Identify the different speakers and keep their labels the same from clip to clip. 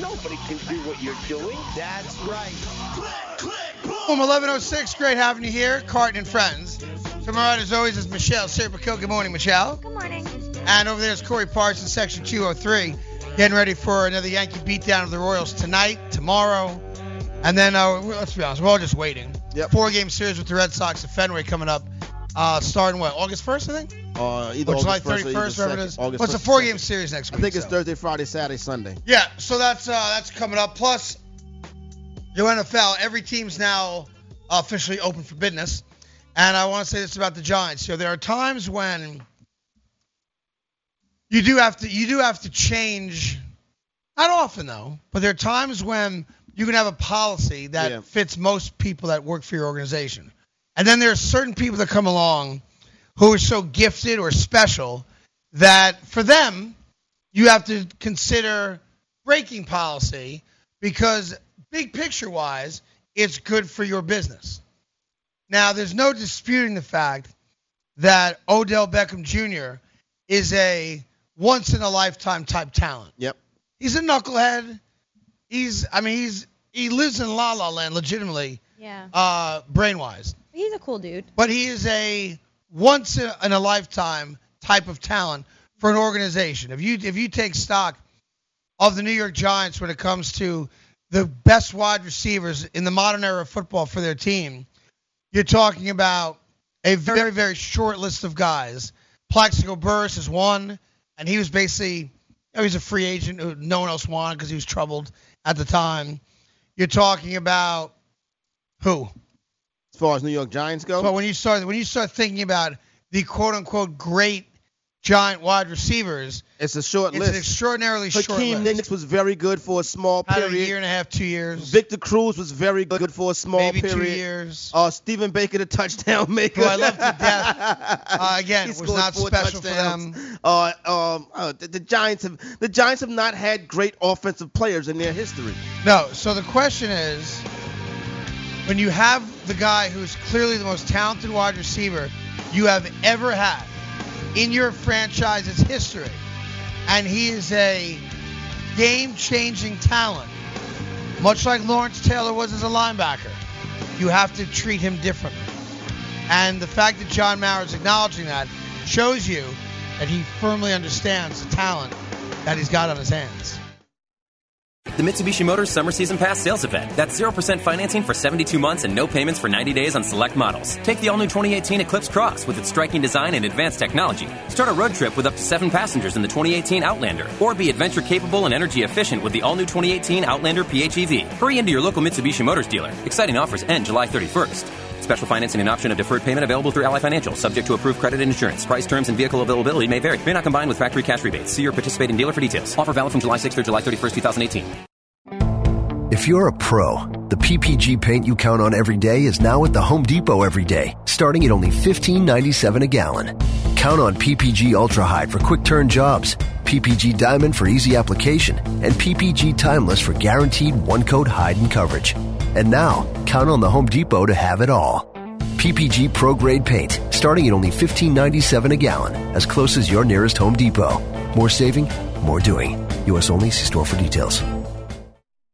Speaker 1: Nobody can do what you're doing.
Speaker 2: That's right. Boom, 1106. Great having you here, Carton and friends. To my right, as always, is Michelle Serpico. Good morning, Michelle.
Speaker 3: Good morning.
Speaker 2: And over there is Corey Parsons, Section 203, getting ready for another Yankee beatdown of the Royals tonight, tomorrow. And then, uh, we- let's be honest, we're all just waiting.
Speaker 4: Yep.
Speaker 2: Four game series with the Red Sox at Fenway coming up, uh, starting what, August 1st, I think?
Speaker 4: Uh, either
Speaker 2: Or July
Speaker 4: August 1st, or
Speaker 2: 31st,
Speaker 4: either
Speaker 2: whatever it
Speaker 4: second-
Speaker 2: is.
Speaker 4: August
Speaker 2: What's a
Speaker 4: 1st or
Speaker 2: four game
Speaker 4: second.
Speaker 2: series next
Speaker 4: I
Speaker 2: week?
Speaker 4: think it's
Speaker 2: so.
Speaker 4: Thursday, Friday, Saturday, Sunday.
Speaker 2: Yeah, so that's uh, that's coming up. Plus, your NFL, every team's now officially open for business. And I want to say this about the Giants. So there are times when you do have to you do have to change. Not often though, but there are times when you can have a policy that
Speaker 4: Yeah.
Speaker 2: fits most people that work for your organization. And then there are certain people that come along who are so gifted or special that for them you have to consider breaking policy because big picture wise it's good for your business. Now there's no disputing the fact that Odell Beckham Jr. is a once in a lifetime type talent.
Speaker 4: Yep.
Speaker 2: He's a knucklehead. He's I mean he's he lives in La La Land legitimately
Speaker 3: Yeah.
Speaker 2: uh brainwise.
Speaker 3: He's a cool dude.
Speaker 2: But he is a once in in a lifetime type of talent for an organization. If you if you take stock of the New York Giants when it comes to the best wide receivers in the modern era of football for their team, you're talking about a very very short list of guys. Plaxico Burris is one, and he was basically you know, he was a free agent who no one else wanted because he was troubled at the time. You're talking about who?
Speaker 4: As far as New York Giants go,
Speaker 2: But when you start when you start thinking about the quote unquote great giant wide receivers,
Speaker 4: it's a short
Speaker 2: it's an
Speaker 4: list.
Speaker 2: extraordinarily short
Speaker 4: Hakeem
Speaker 2: list.
Speaker 4: Nicks was very good for a small
Speaker 2: Had a year
Speaker 4: period.
Speaker 2: and a half, two years,
Speaker 4: Victor Cruz was very good for a small
Speaker 2: maybe
Speaker 4: period.
Speaker 2: two years.
Speaker 4: Uh, Stephen Baker, the touchdown maker.
Speaker 2: Who I love to death. Uh, again,
Speaker 4: He
Speaker 2: was
Speaker 4: scored
Speaker 2: not
Speaker 4: four
Speaker 2: special for
Speaker 4: touchdowns.
Speaker 2: them.
Speaker 4: Uh, um, uh, the, the Giants have the Giants have not had great offensive players in their history.
Speaker 2: No. So the question is, when you have the guy who's clearly the most talented wide receiver you have ever had in your franchise's history, and he is a game-changing talent, much like Lawrence Taylor was as a linebacker, you have to treat him differently. And the fact that John Maurer is acknowledging that shows you that he firmly understands the talent that he's got on his hands.
Speaker 5: The Mitsubishi Motors Summer Season Pass Sales Event. That's 0% financing for 72 months and no payments for 90 days on select models. Take the all new 2018 Eclipse Cross with its striking design and advanced technology. Start a road trip with up to seven passengers in the 2018 Outlander, or be adventure capable and energy efficient with the all new 2018 Outlander PHEV. Hurry into your local Mitsubishi Motors dealer. Exciting offers end July 31st. Special financing and option of deferred payment available through Ally Financial, subject to approved credit and insurance. Price terms and vehicle availability may vary. May not combine with factory cash rebates. See your participating dealer for details. Offer valid from July 6th through July 31st, 2018.
Speaker 6: If you're a pro, the PPG paint you count on every day is now at the Home Depot every day, starting at only $15.97 a gallon. Count on PPG Ultra High for quick turn jobs, PPG Diamond for easy application, and PPG Timeless for guaranteed one coat hide and coverage. And now, count on the Home Depot to have it all. PPG Pro Grade paint, starting at only $15.97 a gallon, as close as your nearest Home Depot. More saving, more doing. U.S. only, see store for details.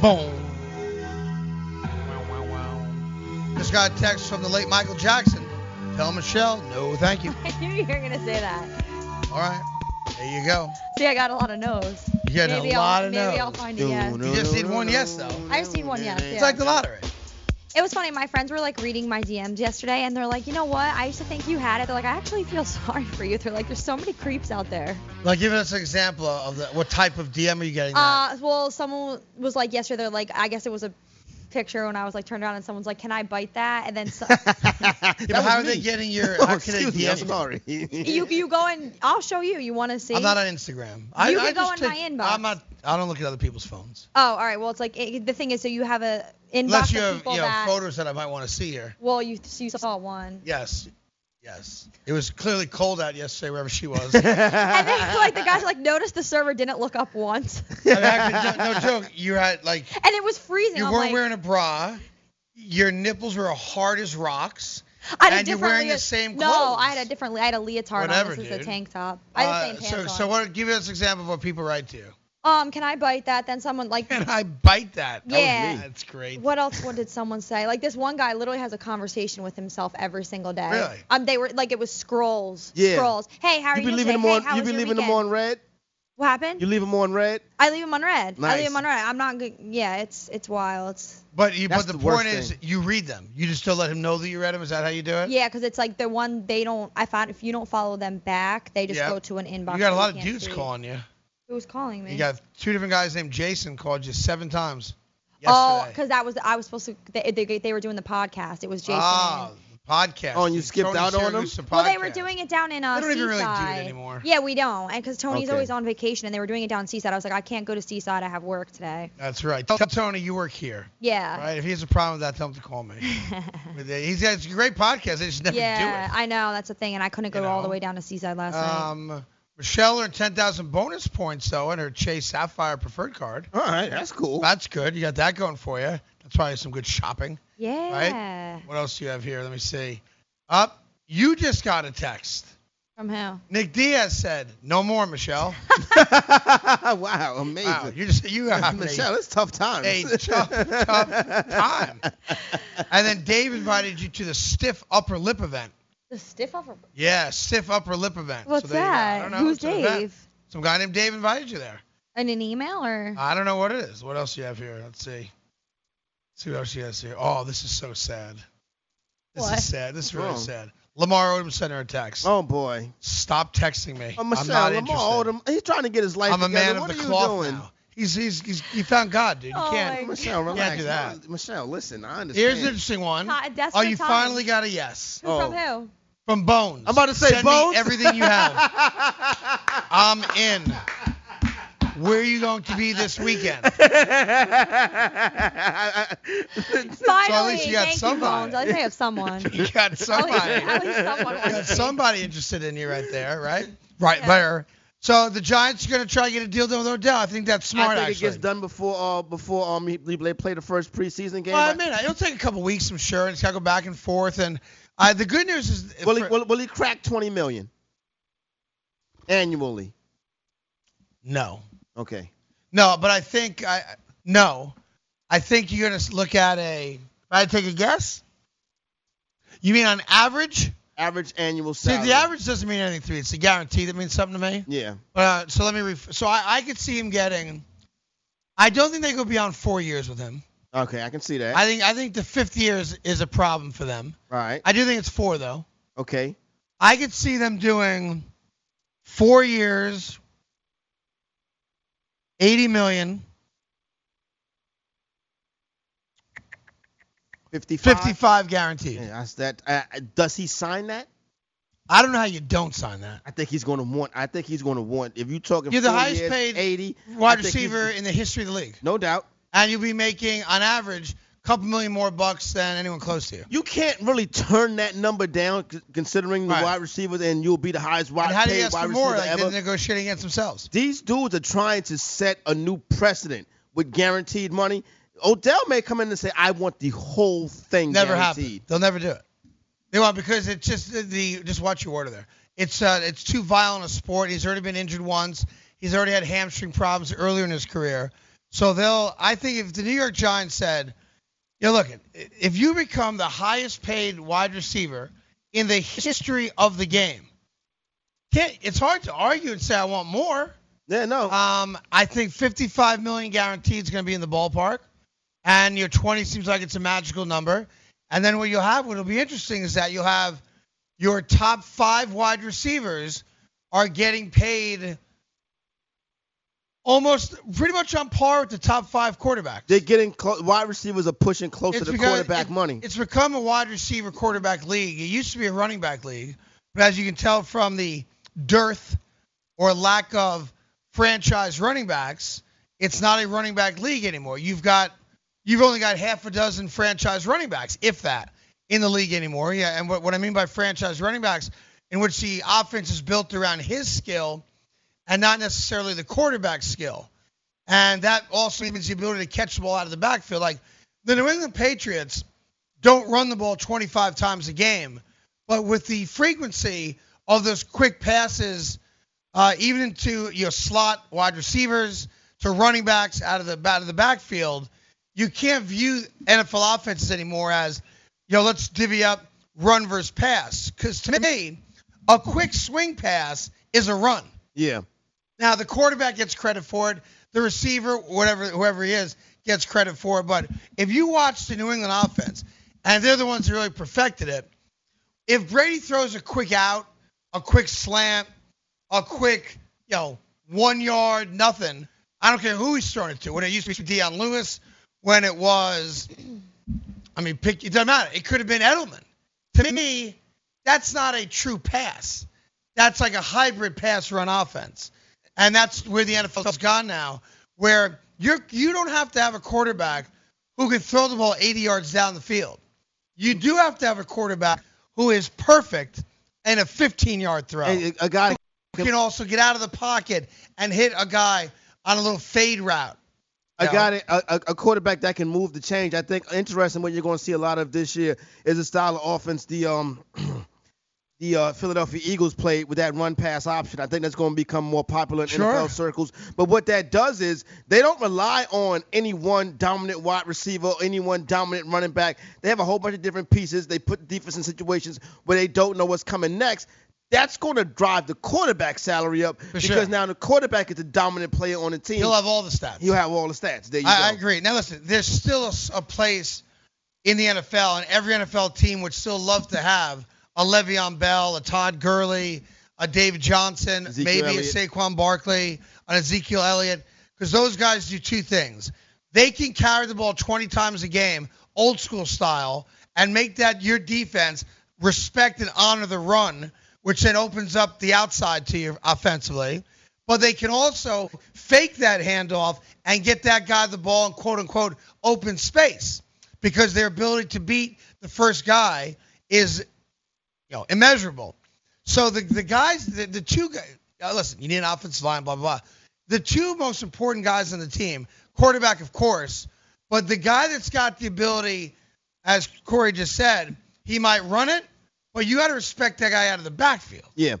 Speaker 2: Boom. Just got a text from the late Michael Jackson. Tell Michelle, no, thank you.
Speaker 3: I knew you were gonna say that.
Speaker 2: All right, there you go.
Speaker 3: See, I got a lot of no's.
Speaker 2: You got
Speaker 3: maybe
Speaker 2: a lot
Speaker 3: I'll,
Speaker 2: of
Speaker 3: maybe
Speaker 2: no's.
Speaker 3: I'll find a yes.
Speaker 2: You just need one yes though.
Speaker 3: I've seen one yes.
Speaker 2: It's
Speaker 3: yeah.
Speaker 2: like the lottery.
Speaker 3: It was funny. My friends were like reading my DMs yesterday, and they're like, you know what? I used to think you had it. They're like, I actually feel sorry for you. They're like, there's so many creeps out there.
Speaker 2: Like, give us an example of the, what type of DM are you getting? now?
Speaker 3: Uh, well, someone was like yesterday. They're like, I guess it was a picture when I was like turned around, and someone's like, can I bite that? And then so,
Speaker 2: yeah, but how are they getting your?
Speaker 4: Oh,
Speaker 2: how can they
Speaker 4: excuse me, I'm
Speaker 2: DM? you?
Speaker 4: sorry.
Speaker 3: you you go and I'll show you. You want to see?
Speaker 2: I'm not on Instagram. I,
Speaker 3: You
Speaker 2: I
Speaker 3: can go
Speaker 2: just
Speaker 3: in my
Speaker 2: take-
Speaker 3: inbox.
Speaker 2: I'm not. I don't look at other people's phones
Speaker 3: oh, all right. Well, it's like it, the thing is, so you have a
Speaker 2: unless
Speaker 3: inbox
Speaker 2: you
Speaker 3: of
Speaker 2: have
Speaker 3: people
Speaker 2: you know
Speaker 3: that.
Speaker 2: photos that I might want to see here.
Speaker 3: well, you so you saw one.
Speaker 2: Yes, yes. It was clearly cold out yesterday wherever she was. I mean,
Speaker 3: And then like the guys like noticed the server didn't look up once,
Speaker 2: actually, no, no joke. You had like
Speaker 3: and it was freezing.
Speaker 2: you
Speaker 3: I'm
Speaker 2: weren't
Speaker 3: like,
Speaker 2: wearing a bra. Your nipples were hard as rocks.
Speaker 3: I had a
Speaker 2: and you're
Speaker 3: different
Speaker 2: wearing the
Speaker 3: lea-
Speaker 2: same
Speaker 3: No,
Speaker 2: clothes.
Speaker 3: I had a different. le- I had a leotard
Speaker 2: Whatever,
Speaker 3: on. This is
Speaker 2: dude.
Speaker 3: a tank top. I had the
Speaker 2: Uh,
Speaker 3: same pants
Speaker 2: so, so
Speaker 3: on.
Speaker 2: what? Give us an example of what people write to you.
Speaker 3: um, can I bite that? Then someone like.
Speaker 2: And I bite that. That was
Speaker 3: Yeah.
Speaker 2: me. That's great.
Speaker 3: What else? What did someone say? Like this one guy literally has a conversation with himself every single day.
Speaker 2: Really?
Speaker 3: Um, they were like it was scrolls.
Speaker 4: Yeah.
Speaker 3: Scrolls. Hey, how are
Speaker 4: You
Speaker 3: you?
Speaker 4: be
Speaker 3: doing
Speaker 4: leaving them
Speaker 3: today?
Speaker 4: on.
Speaker 3: Hey, how
Speaker 4: You
Speaker 3: was
Speaker 4: be
Speaker 3: your
Speaker 4: leaving them
Speaker 3: weekend?
Speaker 4: on red.
Speaker 3: What happened?
Speaker 4: You leave them on red.
Speaker 3: I leave him on red. I leave
Speaker 4: Nice.
Speaker 3: him on red. I'm not good. Yeah, it's it's wild. It's
Speaker 2: But you,
Speaker 4: That's
Speaker 2: but the,
Speaker 4: the worst
Speaker 2: point is,
Speaker 4: thing.
Speaker 2: you read them. You just don't let him know that you read them. Is that how you do it?
Speaker 3: yeah, 'cause it's like the one they don't. I found if you don't follow them back, they just
Speaker 2: Yeah.
Speaker 3: go to an inbox.
Speaker 2: You got a
Speaker 3: that
Speaker 2: lot of
Speaker 3: can't
Speaker 2: dudes
Speaker 3: see.
Speaker 2: calling you.
Speaker 3: Who's calling me?
Speaker 2: You got two different guys named Jason called you seven times yesterday.
Speaker 3: Oh, because that was I was supposed to. They, they, they were doing the podcast. It was Jason.
Speaker 2: Ah,
Speaker 3: and-
Speaker 2: the podcast.
Speaker 4: Oh, and you skipped
Speaker 2: Tony
Speaker 4: out on 'em?
Speaker 2: Siragusa
Speaker 3: well, they were
Speaker 2: podcast.
Speaker 3: doing it down in uh,
Speaker 2: They don't even really do it
Speaker 3: Seaside.
Speaker 2: anymore.
Speaker 3: Yeah, we don't, and because Tony's
Speaker 4: Okay.
Speaker 3: always on vacation, and they were doing it down in Seaside. I was like, I can't go to Seaside. I have work today.
Speaker 2: That's right. Tell Tony you work here.
Speaker 3: Yeah.
Speaker 2: Right. If he has a problem with that, tell him to call me. But they- He's got it's a great podcast. They just never
Speaker 3: Yeah,
Speaker 2: do
Speaker 3: I know that's the thing, and I couldn't go
Speaker 2: You
Speaker 3: all the
Speaker 2: know.
Speaker 3: way down to Seaside last
Speaker 2: it.
Speaker 3: night.
Speaker 2: Um, Michelle earned 10,000 bonus points though on her Chase Sapphire preferred card.
Speaker 4: All right, that's cool.
Speaker 2: That's good. You got that going for you. That's probably some good shopping.
Speaker 3: Yeah.
Speaker 2: What else do you have here? Let me see. Up. You just got a text.
Speaker 3: From who?
Speaker 2: Nick Diaz said, "No more, Michelle."
Speaker 4: wow, amazing.
Speaker 2: Wow, you just you are having
Speaker 4: Michelle,
Speaker 2: a,
Speaker 4: it's tough times.
Speaker 2: a tough, tough time. And then Dave invited you to the stiff upper lip event.
Speaker 3: The stiff upper.
Speaker 2: Yeah, stiff upper lip event. So
Speaker 3: What's
Speaker 2: there you go. I
Speaker 3: that?
Speaker 2: don't know.
Speaker 3: Who's
Speaker 2: It's an event.
Speaker 3: Dave?
Speaker 2: Some guy named Dave invited you there.
Speaker 3: In an email or?
Speaker 2: I don't know what it is. What else do you have here? Let's see. see what else she has here. Oh, this is so sad. This is
Speaker 3: What?
Speaker 2: sad. This is really
Speaker 4: wrong?
Speaker 2: sad. Lamar Odom sent her a text.
Speaker 4: oh boy.
Speaker 2: Stop texting me.
Speaker 4: Oh,
Speaker 2: I'm
Speaker 4: Michelle,
Speaker 2: not
Speaker 4: Lamar
Speaker 2: interested.
Speaker 4: Odom, he's trying to get his life
Speaker 2: I'm a
Speaker 4: together.
Speaker 2: man of
Speaker 4: what
Speaker 2: the
Speaker 4: are you
Speaker 2: cloth
Speaker 4: doing?
Speaker 2: now. He's, he's, he's, he found God, dude. You
Speaker 3: Oh,
Speaker 2: can't.
Speaker 3: my
Speaker 4: Michelle, relax.
Speaker 2: do that.
Speaker 4: No, Michelle, listen, I understand.
Speaker 2: Here's an interesting one.
Speaker 3: Ti-
Speaker 2: Oh,
Speaker 3: desperate
Speaker 2: you
Speaker 3: times.
Speaker 2: finally got a yes
Speaker 3: Who From who?
Speaker 2: from Bones.
Speaker 4: Oh. I'm about to say,
Speaker 2: Send me
Speaker 4: Bones?
Speaker 2: everything you have. I'm in. Where are you going to be this weekend?
Speaker 3: Finally,
Speaker 2: least you got
Speaker 3: thank
Speaker 2: somebody.
Speaker 3: you, Bones. At least I have someone.
Speaker 2: You got
Speaker 3: at, least,
Speaker 2: somebody.
Speaker 3: at least someone.
Speaker 2: You got somebody interested in you right there, right? Right there. So the Giants are going to try to get a deal done with Odell. I think that's smart.
Speaker 4: I think
Speaker 2: actually.
Speaker 4: it gets done before uh before um he, they play the first preseason game.
Speaker 2: Well, I mean, it'll take a couple weeks, I'm sure. It's got to go back and forth. And uh, the good news is,
Speaker 4: will, he,
Speaker 2: for-
Speaker 4: will, will he crack 20 million annually?
Speaker 2: no,
Speaker 4: Okay.
Speaker 2: no. Uh, But I think I no. I think you're going to look at a. If I had to take a guess. You mean on average?
Speaker 4: Average annual
Speaker 2: See,
Speaker 4: salary.
Speaker 2: the average doesn't mean anything to me. It's a guarantee that means something to me.
Speaker 4: Yeah.
Speaker 2: Uh, so let me. Ref- so I, I could see him getting. I don't think they go beyond four years with him.
Speaker 4: Okay, I can see that.
Speaker 2: I think I think the fifth year is, is a problem for them.
Speaker 4: All right.
Speaker 2: I do think it's four though.
Speaker 4: Okay.
Speaker 2: I could see them doing four years, 80 million,
Speaker 4: 55.
Speaker 2: 55 guaranteed.
Speaker 4: Yeah, that's that. Uh, uh, does he sign that?
Speaker 2: I don't know how you don't sign that.
Speaker 4: I think he's going to want. I think he's going to want. If you're talking,
Speaker 2: You're the
Speaker 4: four
Speaker 2: highest
Speaker 4: years,
Speaker 2: paid
Speaker 4: eighty I
Speaker 2: Wide
Speaker 4: think he's-
Speaker 2: receiver in the history of the league.
Speaker 4: No doubt.
Speaker 2: And you'll be making, on average, a couple million more bucks than anyone close to you.
Speaker 4: You can't really turn that number down, c- considering the
Speaker 2: Right.
Speaker 4: wide receivers, and you'll be the highest wide
Speaker 2: And how do
Speaker 4: paid
Speaker 2: you ask
Speaker 4: wide
Speaker 2: for more?
Speaker 4: receiver
Speaker 2: Like,
Speaker 4: ever.
Speaker 2: they're negotiating against themselves.
Speaker 4: These dudes are trying to set a new precedent with guaranteed money. Odell may come in and say, "I want the whole thing
Speaker 2: Never
Speaker 4: guaranteed."
Speaker 2: happened. They'll never do it. They won't Uh, because it's just the, the just watch your order there. It's uh, it's too violent a sport. He's already been injured once. He's already had hamstring problems earlier in his career. So they'll. I think if the New York Giants said, "You know, look, if you become the highest paid wide receiver in the history of the game, can't, it's hard to argue and say I want more."
Speaker 4: Yeah, no.
Speaker 2: Um, I think 55 million guaranteed is going to be in the ballpark, and your 20 seems like it's a magical number. And then what you'll have, what'll be interesting is that you'll have your top five wide receivers are getting paid almost pretty much on par with the top five quarterbacks.
Speaker 4: They're getting clo- wide receivers are pushing closer to
Speaker 2: because-
Speaker 4: quarterback
Speaker 2: it-
Speaker 4: money.
Speaker 2: It's become a wide receiver quarterback league. It used to be a running back league, but as you can tell from the dearth or lack of franchise running backs, it's not a running back league anymore. You've got you've only got half a dozen franchise running backs, if that, in the league anymore. Yeah, and what, what I mean by franchise running backs, in which the offense is built around his skill and not necessarily the quarterback's skill. And that also means the ability to catch the ball out of the backfield. Like the New England Patriots don't run the ball 25 times a game, but with the frequency of those quick passes, uh, even into your slot wide receivers to running backs out of the out of the backfield, you can't view NFL offenses anymore as, you know, let's divvy up run versus pass. Because to me, a quick swing pass is a run.
Speaker 4: yeah.
Speaker 2: Now the quarterback gets credit for it. The receiver, whatever whoever he is, gets credit for it. But if you watch the New England offense, and they're the ones who really perfected it, if Brady throws a quick out, a quick slant, a quick, you know, one yard, nothing, I don't care who he's throwing it to. When it used to be Deion Lewis, when it was I mean, pick it doesn't matter. It could have been Edelman. To me, that's not a true pass. That's like a hybrid pass run offense. And that's where the NFL's gone now, where you're you don't have to have a quarterback who can throw the ball 80 yards down the field. You do have to have a quarterback who is perfect in a 15 yard throw.
Speaker 4: And a guy
Speaker 2: You can also get out of the pocket and hit a guy on a little fade route.
Speaker 4: I
Speaker 2: Yeah.
Speaker 4: got it. A, a a quarterback that can move the change. I think interesting what you're going to see a lot of this year is the style of offense the um the uh, Philadelphia Eagles played with that run pass option. I think that's going to become more popular in
Speaker 2: Sure.
Speaker 4: NFL circles. But what that does is they don't rely on any one dominant wide receiver, or any one dominant running back. They have a whole bunch of different pieces. They put defense in situations where they don't know what's coming next. That's going to drive the quarterback salary up because
Speaker 2: sure.
Speaker 4: now the quarterback is the dominant player on the team.
Speaker 2: He'll have all the stats.
Speaker 4: You have all the stats. There you go.
Speaker 2: I, I agree. Now listen, there's still a, s- a place in the NFL, and every NFL team would still love to have a Le'Veon Bell, a Todd Gurley, a David Johnson,
Speaker 4: Ezekiel
Speaker 2: maybe
Speaker 4: Elliott.
Speaker 2: a Saquon Barkley, an Ezekiel Elliott, because those guys do two things: they can carry the ball 20 times a game, old school style, and make that your defense respect and honor the run, which then opens up the outside to you offensively but they can also fake that handoff and get that guy the ball in quote unquote open space because their ability to beat the first guy is you know immeasurable. So the the guys the, the two guys uh, listen, you need an offensive line, blah blah blah. The two most important guys on the team, quarterback of course, but the guy that's got the ability, as Corey just said, he might run it, but you got to respect that guy out of the backfield.
Speaker 4: Yeah,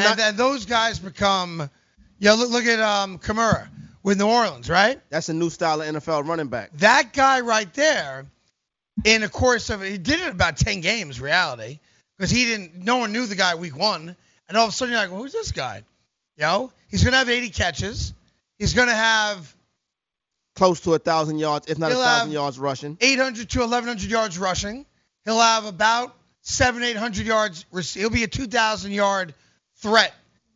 Speaker 2: And
Speaker 4: not,
Speaker 2: then those guys become, yeah. Look, look at um, Kamara with New Orleans, right?
Speaker 4: that's a new style of NFL running back.
Speaker 2: That guy right there, in the course of he did it about ten games, reality, because he didn't. No one knew the guy week one, and all of a sudden you're like, who's this guy? You know, he's gonna have 80 catches. He's gonna have
Speaker 4: Close to a thousand yards, if not a
Speaker 2: He'll
Speaker 4: thousand
Speaker 2: have-
Speaker 4: yards rushing.
Speaker 2: 800 to 1100 yards rushing. He'll have about seven, 800 yards. rec- He'll be a 2,000 yard threat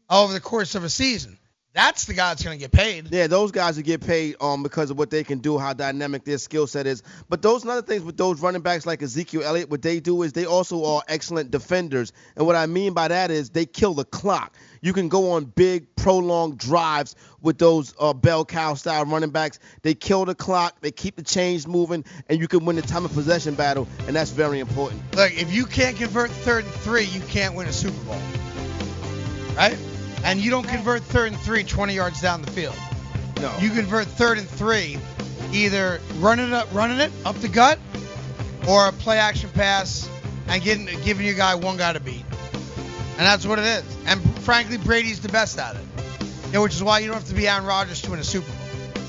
Speaker 2: over the course of a season. That's the guy that's going to get paid.
Speaker 4: Yeah, those guys will get paid um because of what they can do, how dynamic their skill set is. But those and other things with those running backs like Ezekiel Elliott, what they do is they also are excellent defenders. And what I mean by that is they kill the clock. You can go on big, prolonged drives with those uh, bell cow style running backs. They kill the clock, they keep the chains moving, and you can win the time of possession battle, and that's very important.
Speaker 2: Look, if you can't convert third and three, you can't win a Super Bowl. Right? And you don't convert third and three 20 yards down the field.
Speaker 4: No.
Speaker 2: You convert third and three, either running it up, running it up the gut, or a play action pass and getting giving your guy one guy to beat. And that's what it is. And frankly, Brady's the best at it. You know, which is why you don't have to be Aaron Rodgers to win a Super Bowl.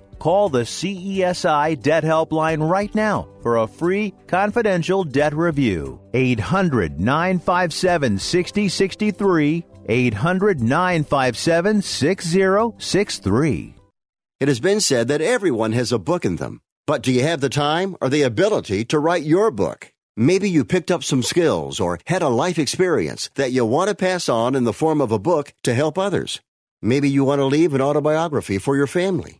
Speaker 7: Call the CESI Debt Helpline right now for a free confidential debt review. 800 957 6063. 800 957 6063.
Speaker 8: It has been said that everyone has a book in them. But do you have the time or the ability to write your book? Maybe you picked up some skills or had a life experience that you want to pass on in the form of a book to help others. Maybe you want to leave an autobiography for your family.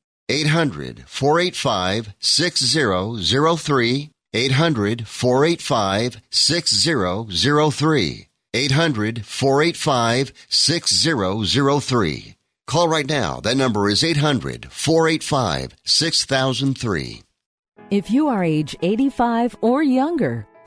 Speaker 9: 800 485 6003. 800 485 6003. 800 485 6003. Call right now. That number is 800 485 6003.
Speaker 10: If you are age 85 or younger,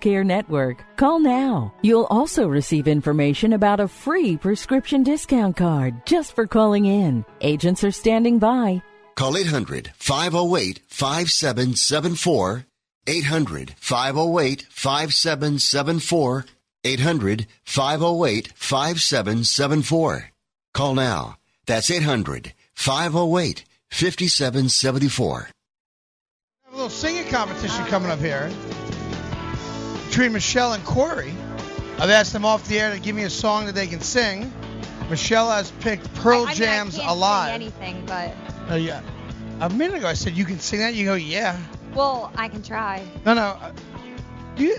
Speaker 10: Care Network. Call now. You'll also receive information about a free prescription discount card just for calling in. Agents are standing by.
Speaker 9: Call 800 508 5774. 800 508 5774. 800 508 5774. Call now. That's 800 508 5774.
Speaker 2: Have a little singing competition coming up here between Michelle and Corey. I've asked them off the air to give me a song that they can sing. Michelle has picked Pearl
Speaker 3: I, I mean,
Speaker 2: Jam's
Speaker 3: I can't
Speaker 2: Alive.
Speaker 3: Sing anything, but
Speaker 2: Oh, yeah. A minute ago I said you can sing that. You go, yeah.
Speaker 3: well, I can try.
Speaker 2: No, no. uh, Do you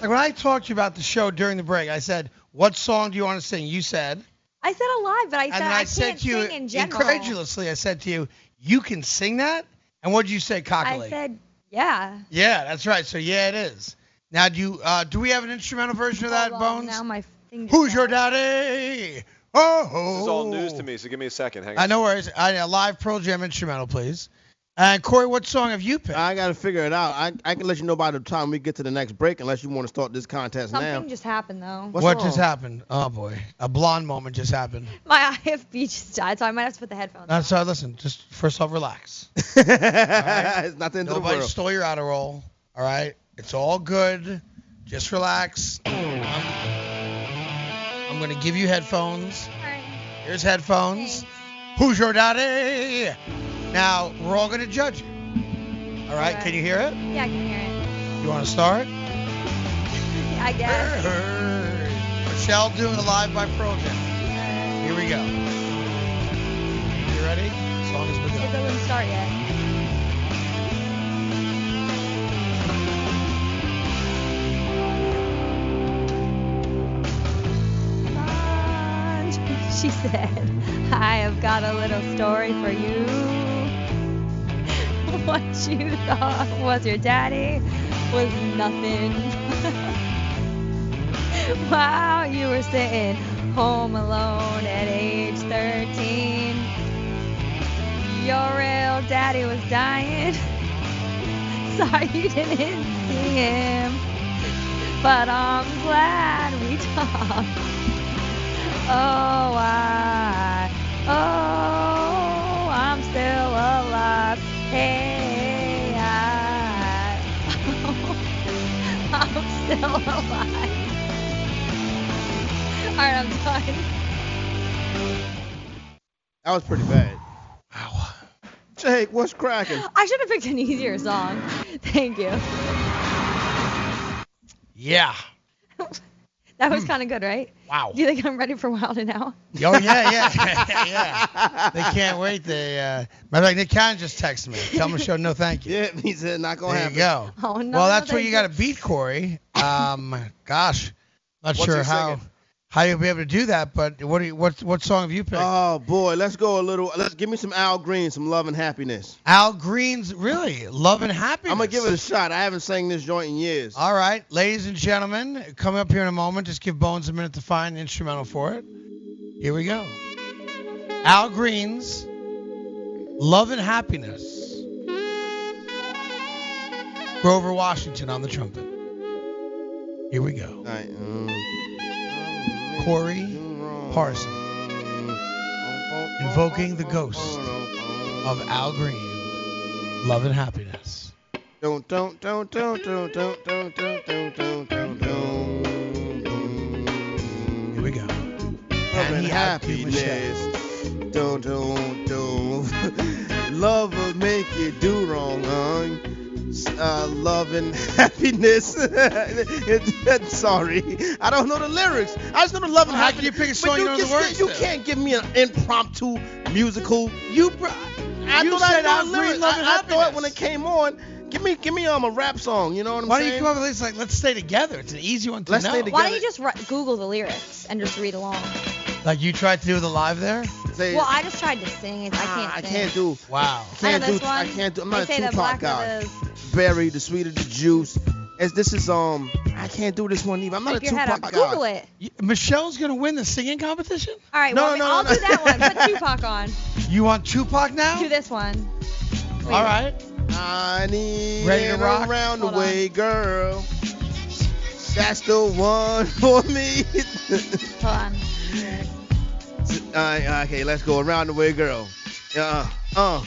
Speaker 2: like when I talked to you about the show during the break? I said, "What song do you want to sing?" You said,
Speaker 3: I said alive, but I
Speaker 2: and
Speaker 3: said
Speaker 2: then
Speaker 3: I,
Speaker 2: I,
Speaker 3: can't
Speaker 2: said to you
Speaker 3: sing in general.
Speaker 2: incredulously, I said to you, "You can sing that." And what did you say cockily?
Speaker 3: I said yeah.
Speaker 2: yeah, that's right. So yeah, it is. Now, do you uh, do we have an instrumental version of that,
Speaker 3: Hold on,
Speaker 2: Bones?
Speaker 3: Oh, Now my thing. just
Speaker 2: Who's
Speaker 3: went
Speaker 2: your
Speaker 3: off.
Speaker 2: daddy? Oh.
Speaker 11: This is all news to me, so give me a second. Hang on.
Speaker 2: I know where it is. I, a live Pearl Jam instrumental, please. And Uh, Corey, what song have you picked?
Speaker 4: I got to figure it out. I, I can let you know by the time we get to the next break, unless you want to start this contest
Speaker 3: Something
Speaker 4: now.
Speaker 3: just happened though.
Speaker 4: What's
Speaker 2: what
Speaker 4: wrong?
Speaker 2: just happened? Oh boy, a blonde moment just happened.
Speaker 3: My IFB just died, so I might have to put the headphones. on.
Speaker 2: Uh, so listen, just first off, relax.
Speaker 4: it's not the end of the
Speaker 2: Nobody
Speaker 4: world.
Speaker 2: stole your outer roll. All right, it's all good. Just relax. I'm, I'm gonna give you headphones.
Speaker 3: All right.
Speaker 2: Here's headphones. Who's your daddy? Now we're all gonna judge you. All right, can you hear it?
Speaker 3: Yeah, I can hear
Speaker 2: You want to start?
Speaker 3: it. I guess.
Speaker 2: Michelle doing the live by Pearl Jam. Here we go. You ready? As long as we go.
Speaker 3: Because I wouldn't start yet. She said, I have got a little story for you. What you thought was your daddy was nothing. While you were sitting home alone at age 13, your real daddy was dying. Sorry you didn't see him. But I'm glad we talked. Oh, I, oh, I'm still alive. Hey, I, I'm still alive. All right, I'm done.
Speaker 4: That was pretty bad. Jake, what's cracking?
Speaker 3: I should have picked an easier song. Thank you.
Speaker 2: Yeah.
Speaker 3: That was kind of good, right?
Speaker 2: Hmm. Wow.
Speaker 3: Do you think I'm ready for Wilder now?
Speaker 2: Oh yeah, yeah, yeah. They can't wait. They uh, matter of fact, Nick Cannon just texted me. Tell him to show no thank you.
Speaker 4: Yeah, he said not gonna
Speaker 2: there
Speaker 4: happen.
Speaker 2: You go.
Speaker 3: Oh, no,
Speaker 2: Well, that's
Speaker 3: no,
Speaker 2: where you got
Speaker 3: thank
Speaker 2: to beat Corey. Um, gosh, not
Speaker 4: What's
Speaker 2: sure
Speaker 4: he
Speaker 2: how
Speaker 4: singing?
Speaker 2: how you'll be able to do that. But what do you, what what song have you picked?
Speaker 4: Oh boy, let's go a little. Let's give me some Al Green, some love and happiness.
Speaker 2: Al Green's really love and happiness.
Speaker 4: I'm gonna give it a shot. I haven't sang this joint in years.
Speaker 2: All right, ladies and gentlemen, coming up here in a moment. Just give Bones a minute to find the instrumental for it. Here we go. Al Green's Love and Happiness. Grover Washington on the trumpet. Here we go.
Speaker 4: um,
Speaker 2: Corey Parson invoking the ghost of Al Green. Love and happiness.
Speaker 4: Don't don't don't don't don't don't don't don't don't don't don't don't.
Speaker 2: Here we go.
Speaker 4: Love and happiness. Don't don't don't. Love will make you do wrong. huh? S- Uh, love and happiness. Sorry, I don't know the lyrics. I just know the love and
Speaker 2: How
Speaker 4: happiness.
Speaker 2: can you pick a
Speaker 4: But
Speaker 2: song you know the
Speaker 4: just-
Speaker 2: words
Speaker 4: You
Speaker 2: to?
Speaker 4: can't give me an impromptu musical. You, br- I
Speaker 2: You
Speaker 4: thought
Speaker 2: said
Speaker 4: I
Speaker 2: Al
Speaker 4: knew
Speaker 2: Green,
Speaker 4: the lyrics.
Speaker 2: Love
Speaker 4: I,
Speaker 2: and
Speaker 4: I thought
Speaker 2: Happiness.
Speaker 4: when it came on, give me give me um a rap song. You know what I'm
Speaker 2: Why don't
Speaker 4: saying?
Speaker 2: you come up with this? Like, let's stay together. It's an easy one to
Speaker 4: Let's
Speaker 2: know.
Speaker 4: stay
Speaker 3: Why
Speaker 4: together.
Speaker 3: don't you just ri- Google the lyrics and just read along?
Speaker 2: Like you tried to do the live there?
Speaker 4: Say,
Speaker 3: Well, I just tried to sing it. I
Speaker 2: Ah,
Speaker 3: can't.
Speaker 4: I
Speaker 3: sing.
Speaker 4: can't do.
Speaker 2: Wow.
Speaker 3: I
Speaker 4: I
Speaker 3: know
Speaker 4: can't do.
Speaker 3: this one.
Speaker 4: I can't do. I'm
Speaker 3: They
Speaker 4: not a
Speaker 3: say the
Speaker 4: Tupac
Speaker 3: blacker
Speaker 4: guy.
Speaker 3: the-
Speaker 4: Berry, the sweeter the juice. As this is um, I can't do this one either. I'm not
Speaker 3: If
Speaker 4: a
Speaker 3: you
Speaker 4: Tupac
Speaker 3: had
Speaker 4: guy.
Speaker 3: a Google it.
Speaker 2: Y- Michelle's gonna win the singing competition.
Speaker 3: All right,
Speaker 4: No,
Speaker 3: well,
Speaker 4: no, no,
Speaker 3: I'll
Speaker 4: no.
Speaker 3: do that one. Put Tupac on.
Speaker 2: You want Tupac now?
Speaker 3: Do this one.
Speaker 2: All right.
Speaker 4: I need
Speaker 2: Ready to
Speaker 4: it
Speaker 2: rock?
Speaker 4: around
Speaker 3: Hold
Speaker 4: the
Speaker 3: on.
Speaker 4: way, girl. That's the one for me.
Speaker 3: Hold on.
Speaker 4: uh, okay, let's go around the way, girl. Uh, uh.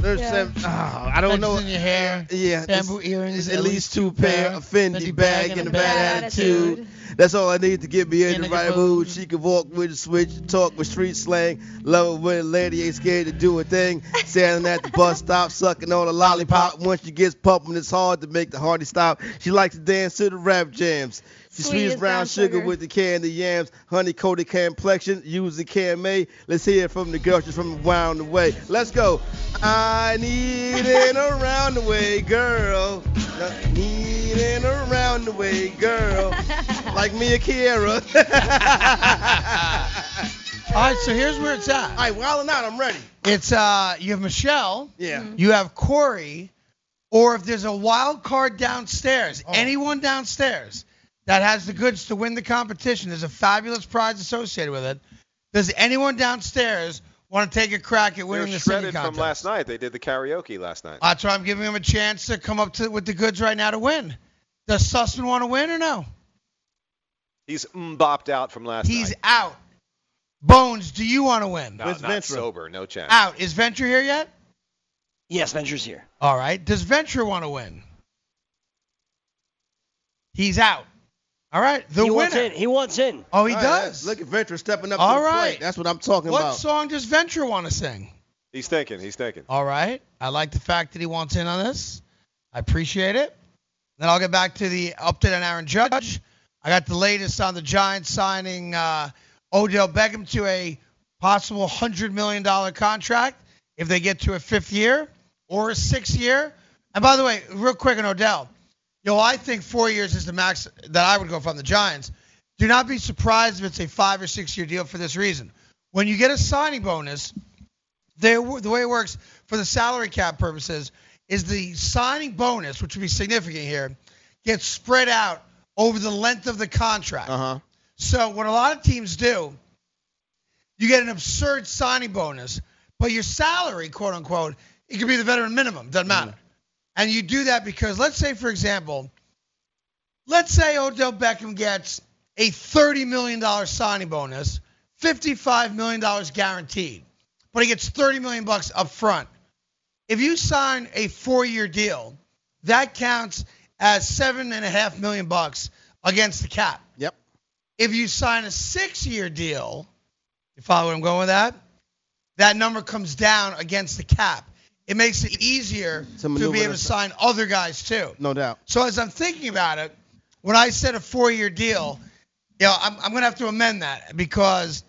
Speaker 4: There's
Speaker 2: Yeah.
Speaker 4: some. Oh, I
Speaker 2: Fences
Speaker 4: don't know.
Speaker 2: in your hair.
Speaker 4: Yeah,
Speaker 2: Bamboo earrings.
Speaker 4: At least two pair, a Fendi bag, and a bad attitude. That's all I need to get me in
Speaker 2: And
Speaker 4: the
Speaker 2: a good
Speaker 4: right
Speaker 2: mood.
Speaker 4: mood. She can walk with a switch, talk with street slang, love it when a lady ain't scared to do a thing. Standing at the bus stop, sucking on a lollipop. Once she gets pumping, it's hard to make the hearty stop. She likes to dance to the rap jams. She
Speaker 3: Sweet
Speaker 4: sweet
Speaker 3: as
Speaker 4: as brown
Speaker 3: brown
Speaker 4: sugar,
Speaker 3: sugar.
Speaker 4: with the candy yams, honey coated complexion, use the KMA. Let's hear it from the girl, she's from around the way. Let's go. I need an around the way girl. I Need an around the way girl. Like me and Kiera.
Speaker 2: All right. So here's where it's at.
Speaker 4: All right, wildin' out, I'm ready.
Speaker 2: It's uh, you have Michelle.
Speaker 4: Yeah.
Speaker 2: You have Corey, or if there's a wild card downstairs,
Speaker 4: Oh.
Speaker 2: anyone downstairs that has the goods to win the competition, there's a fabulous prize associated with it. Does anyone downstairs want to take a crack at
Speaker 11: They're
Speaker 2: winning the singing
Speaker 11: shredded from
Speaker 2: contest?
Speaker 11: last night. They did the karaoke last night.
Speaker 2: That's why I'm giving them a chance to come up to with the goods right now to win. Does Sussman want to win or no?
Speaker 11: He's bopped out from last
Speaker 2: He's
Speaker 11: night.
Speaker 2: out. Bones, do you want to win?
Speaker 11: No, not sober. No chance.
Speaker 2: Out. Is Venture here yet?
Speaker 1: Yes, Venture's here.
Speaker 2: All right. Does Venture want to win? He's out. All right, the
Speaker 4: He wants
Speaker 2: winner.
Speaker 4: in,
Speaker 2: He wants in. Oh, he
Speaker 4: All right,
Speaker 2: does.
Speaker 4: Look at Venture stepping up.
Speaker 2: All
Speaker 4: to the plate.
Speaker 2: right.
Speaker 4: That's what I'm talking
Speaker 2: what
Speaker 4: about.
Speaker 2: song does Venture want to sing?
Speaker 11: He's thinking. He's thinking.
Speaker 2: All right. I like the fact that he wants in on this. I appreciate it. Then I'll get back to the update on Aaron Judge. I got the latest on the Giants signing uh, Odell Beckham to a possible $100 million contract if they get to a fifth year or a sixth year. And by the way, real quick on Odell, yo, I think four years is the max that I would go from the Giants. Do not be surprised if it's a five or six year deal for this reason. When you get a signing bonus, they, the way it works for the salary cap purposes is the signing bonus, which would be significant here, gets spread out over the length of the contract.
Speaker 4: Uh-huh.
Speaker 2: So what a lot of teams do, you get an absurd signing bonus, but your salary, quote unquote, it could be the veteran minimum, doesn't matter. And you do that because let's say, for example, let's say Odell Beckham gets a $30 million signing bonus, $55 million guaranteed, but he gets 30 million bucks up front. If you sign a four-year deal, that counts as seven and a half million bucks against the cap.
Speaker 4: Yep.
Speaker 2: If you sign a six-year deal, you follow where I'm going with that? That number comes down against the cap. It makes it easier to
Speaker 4: maneuver
Speaker 2: be able to
Speaker 4: this-
Speaker 2: sign other guys too.
Speaker 4: No doubt.
Speaker 2: So as I'm thinking about it, when I said a four-year deal, you know, I'm, I'm going to have to amend that because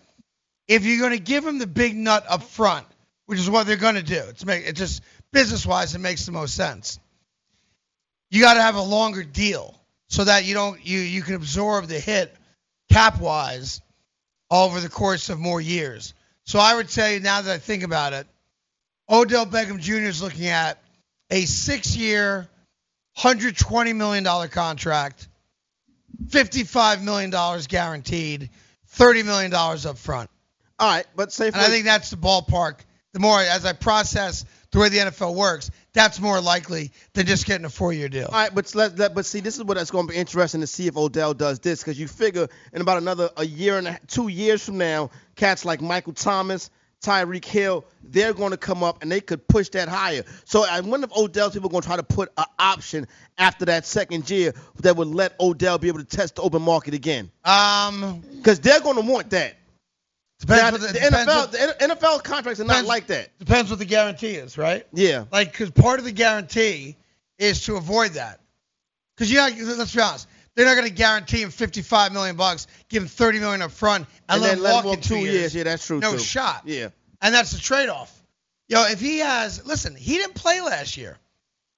Speaker 2: if you're going to give them the big nut up front, which is what they're going to do, it's make it just business-wise, it makes the most sense. You got to have a longer deal so that you don't you you can absorb the hit cap-wise over the course of more years. So I would tell you now that I think about it, Odell Beckham Jr. is looking at a six-year, $120 million contract, $55 million guaranteed, $30 million up front.
Speaker 4: All right, but say
Speaker 2: And I think that's the ballpark. The more, as I process the way the NFL works, that's more likely than just getting a four year deal.
Speaker 4: All right, but let, let- but see, this is what that's going to be interesting to see if Odell does this because you figure in about another a year and a, two years from now, cats like Michael Thomas, Tyreek Hill, they're going to come up and they could push that higher. So I wonder if Odell's people are going to try to put an option after that second year that would let Odell be able to test the open market again.
Speaker 2: Um,
Speaker 4: because they're going to want that.
Speaker 2: Depends
Speaker 4: Now,
Speaker 2: what the-
Speaker 4: the,
Speaker 2: depends
Speaker 4: NFL
Speaker 2: what-
Speaker 4: the N- NFL contracts are not like that.
Speaker 2: Depends what the guarantee is, right?
Speaker 4: Yeah.
Speaker 2: Like, because part of the guarantee is to avoid that. Because you're not, let's be honest, they're not going to guarantee him 55 million bucks, give him 30 million up front, and,
Speaker 4: And then let him
Speaker 2: walk in
Speaker 4: walk two years. Yeah, that's true,
Speaker 2: No
Speaker 4: too.
Speaker 2: shot.
Speaker 4: Yeah.
Speaker 2: And that's the trade-off. Yo, if he has, listen, he didn't play last year,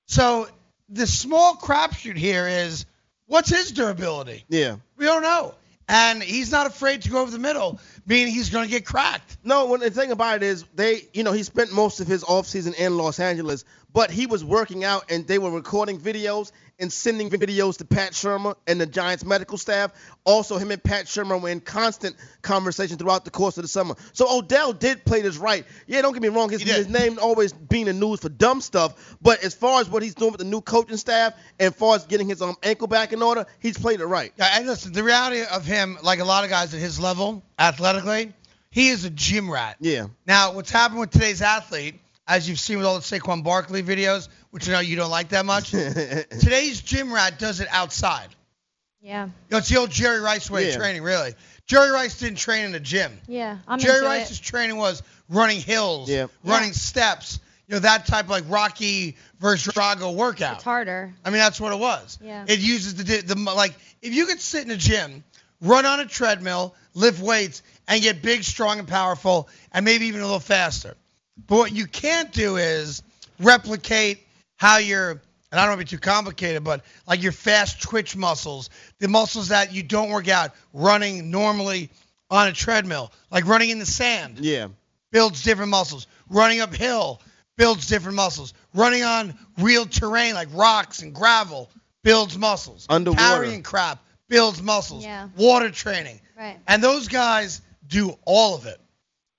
Speaker 2: so the small crapshoot here is what's his durability.
Speaker 4: Yeah.
Speaker 2: We don't know. And he's not afraid to go over the middle, meaning he's going to get cracked.
Speaker 4: No, when the thing about it is they, you know, he spent most of his offseason in Los Angeles, but he was working out and they were recording videos and sending videos to Pat Shermer and the Giants medical staff. Also, him and Pat Shermer were in constant conversation throughout the course of the summer. So Odell did play this right. Yeah, don't get me wrong, his, his name always being in the news for dumb stuff, but as far as what he's doing with the new coaching staff and far as getting his um, ankle back in order, he's played it right.
Speaker 2: Yeah, and listen, the reality of him, like a lot of guys at his level, athletically, he is a gym rat.
Speaker 4: Yeah.
Speaker 2: Now, what's happened with today's athlete, as you've seen with all the Saquon Barkley videos, which I know you don't like that much, today's gym rat does it outside.
Speaker 3: Yeah.
Speaker 2: You know, it's the old Jerry Rice way
Speaker 3: Yeah.
Speaker 2: of training, really. Jerry Rice didn't train in a gym.
Speaker 3: Yeah. I'm
Speaker 2: Jerry
Speaker 3: into
Speaker 2: Rice's
Speaker 3: it.
Speaker 2: training was running hills,
Speaker 4: Yeah.
Speaker 2: running steps, you know, that type of like Rocky versus Drago workout.
Speaker 3: It's harder.
Speaker 2: I mean, that's what it was.
Speaker 3: Yeah.
Speaker 2: It uses the, the like if you could sit in a gym, run on a treadmill, lift weights, and get big, strong, and powerful, and maybe even a little faster. But what you can't do is replicate how your and I don't want to be too complicated, but like your fast twitch muscles, the muscles that you don't work out running normally on a treadmill, like running in the sand
Speaker 4: Yeah.
Speaker 2: builds different muscles. Running uphill builds different muscles. Running on real terrain like rocks and gravel builds muscles.
Speaker 4: Underwater.
Speaker 2: Carrying crap builds muscles.
Speaker 4: Yeah.
Speaker 2: Water training.
Speaker 3: Right.
Speaker 2: And those guys do all of it.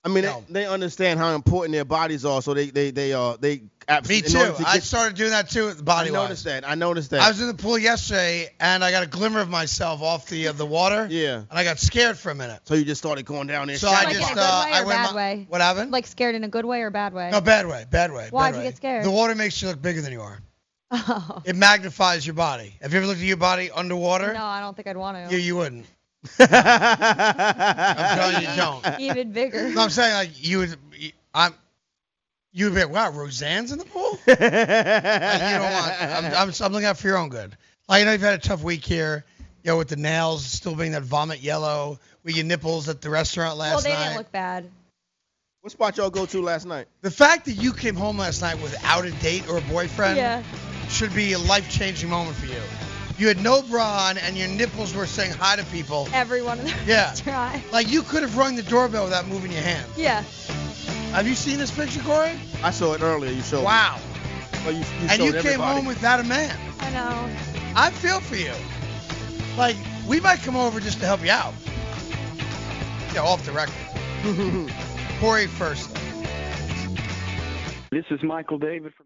Speaker 4: I mean, they, they understand how important their bodies are, so they they they uh, they
Speaker 2: Me
Speaker 4: absolutely.
Speaker 2: too. I started doing that too. Body
Speaker 4: I noticed that. I noticed that.
Speaker 2: I was in the pool yesterday and I got a glimmer of myself off the of the water.
Speaker 4: Yeah.
Speaker 2: And I got scared for a minute.
Speaker 4: so you just started going down there.
Speaker 2: So I
Speaker 4: shouting
Speaker 3: Like in a
Speaker 2: just
Speaker 3: good
Speaker 2: uh,
Speaker 3: way
Speaker 2: I
Speaker 3: or
Speaker 2: went
Speaker 3: bad
Speaker 2: my-
Speaker 3: way?
Speaker 2: What happened?
Speaker 3: Like scared in a good way or bad way?
Speaker 2: No, bad way, bad way.
Speaker 3: Why'd
Speaker 2: bad
Speaker 3: you
Speaker 2: way.
Speaker 3: get scared? Oh.
Speaker 2: The water makes you look bigger than you are. It magnifies your body. Have you ever looked at your body underwater?
Speaker 3: No, I don't think I'd want
Speaker 2: Yeah,
Speaker 3: to.
Speaker 2: you wouldn't.
Speaker 4: I'm
Speaker 2: telling you, don't.
Speaker 3: Even bigger.
Speaker 2: No, I'm saying like you would. I'm. You would be like, wow, Roseanne's in the pool. Like, you don't want. I'm, I'm, I'm looking out for your own good. Like I know you've had a tough week here. You know, with the nails still being that vomit yellow, with your nipples at the restaurant last
Speaker 3: well, they
Speaker 2: night.
Speaker 3: didn't look bad.
Speaker 4: What spot y'all go to last night?
Speaker 2: the fact that you came home last night without a date or a boyfriend
Speaker 3: Yeah.
Speaker 2: should be a life-changing moment for you. You had no bra on, and your nipples were saying hi to people.
Speaker 3: Everyone in the
Speaker 2: Yeah.
Speaker 3: restaurant.
Speaker 2: Like you could have rung the doorbell without moving your hand.
Speaker 3: Yeah.
Speaker 2: Have you seen this picture, Corey?
Speaker 4: I saw it earlier. You showed. me.
Speaker 2: Wow.
Speaker 4: Well, you, you showed
Speaker 2: and you came
Speaker 4: everybody.
Speaker 2: home without a man.
Speaker 3: I know.
Speaker 2: I feel for you. Like we might come over just to help you out. Yeah, off the record. Corey first.
Speaker 12: This is Michael David from.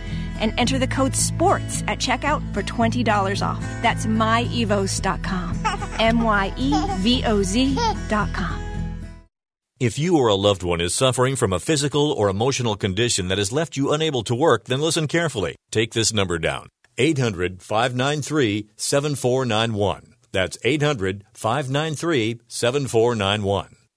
Speaker 13: and enter the code SPORTS at checkout for $20 off. That's myevos.com. M Y E V O Z.com.
Speaker 14: If you or a loved one is suffering from a physical or emotional condition that has left you unable to work, then listen carefully. Take this number down 800 593 7491. That's 800 593 7491.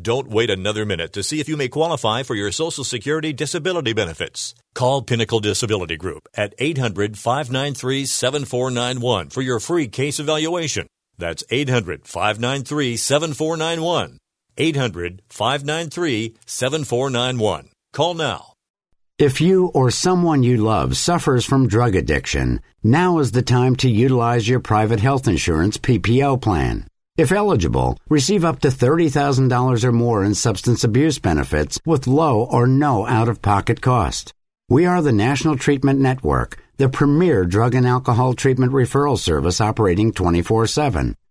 Speaker 14: Don't wait another minute to see if you may qualify for your Social Security disability benefits. Call Pinnacle Disability Group at 800 593 7491 for your free case evaluation. That's 800 593 7491. 800 593 7491. Call now.
Speaker 15: If you or someone you love suffers from drug addiction, now is the time to utilize your private health insurance PPO plan. If eligible, receive up to $30,000 or more in substance abuse benefits with low or no out of pocket cost. We are the National Treatment Network, the premier drug and alcohol treatment referral service operating 24-7.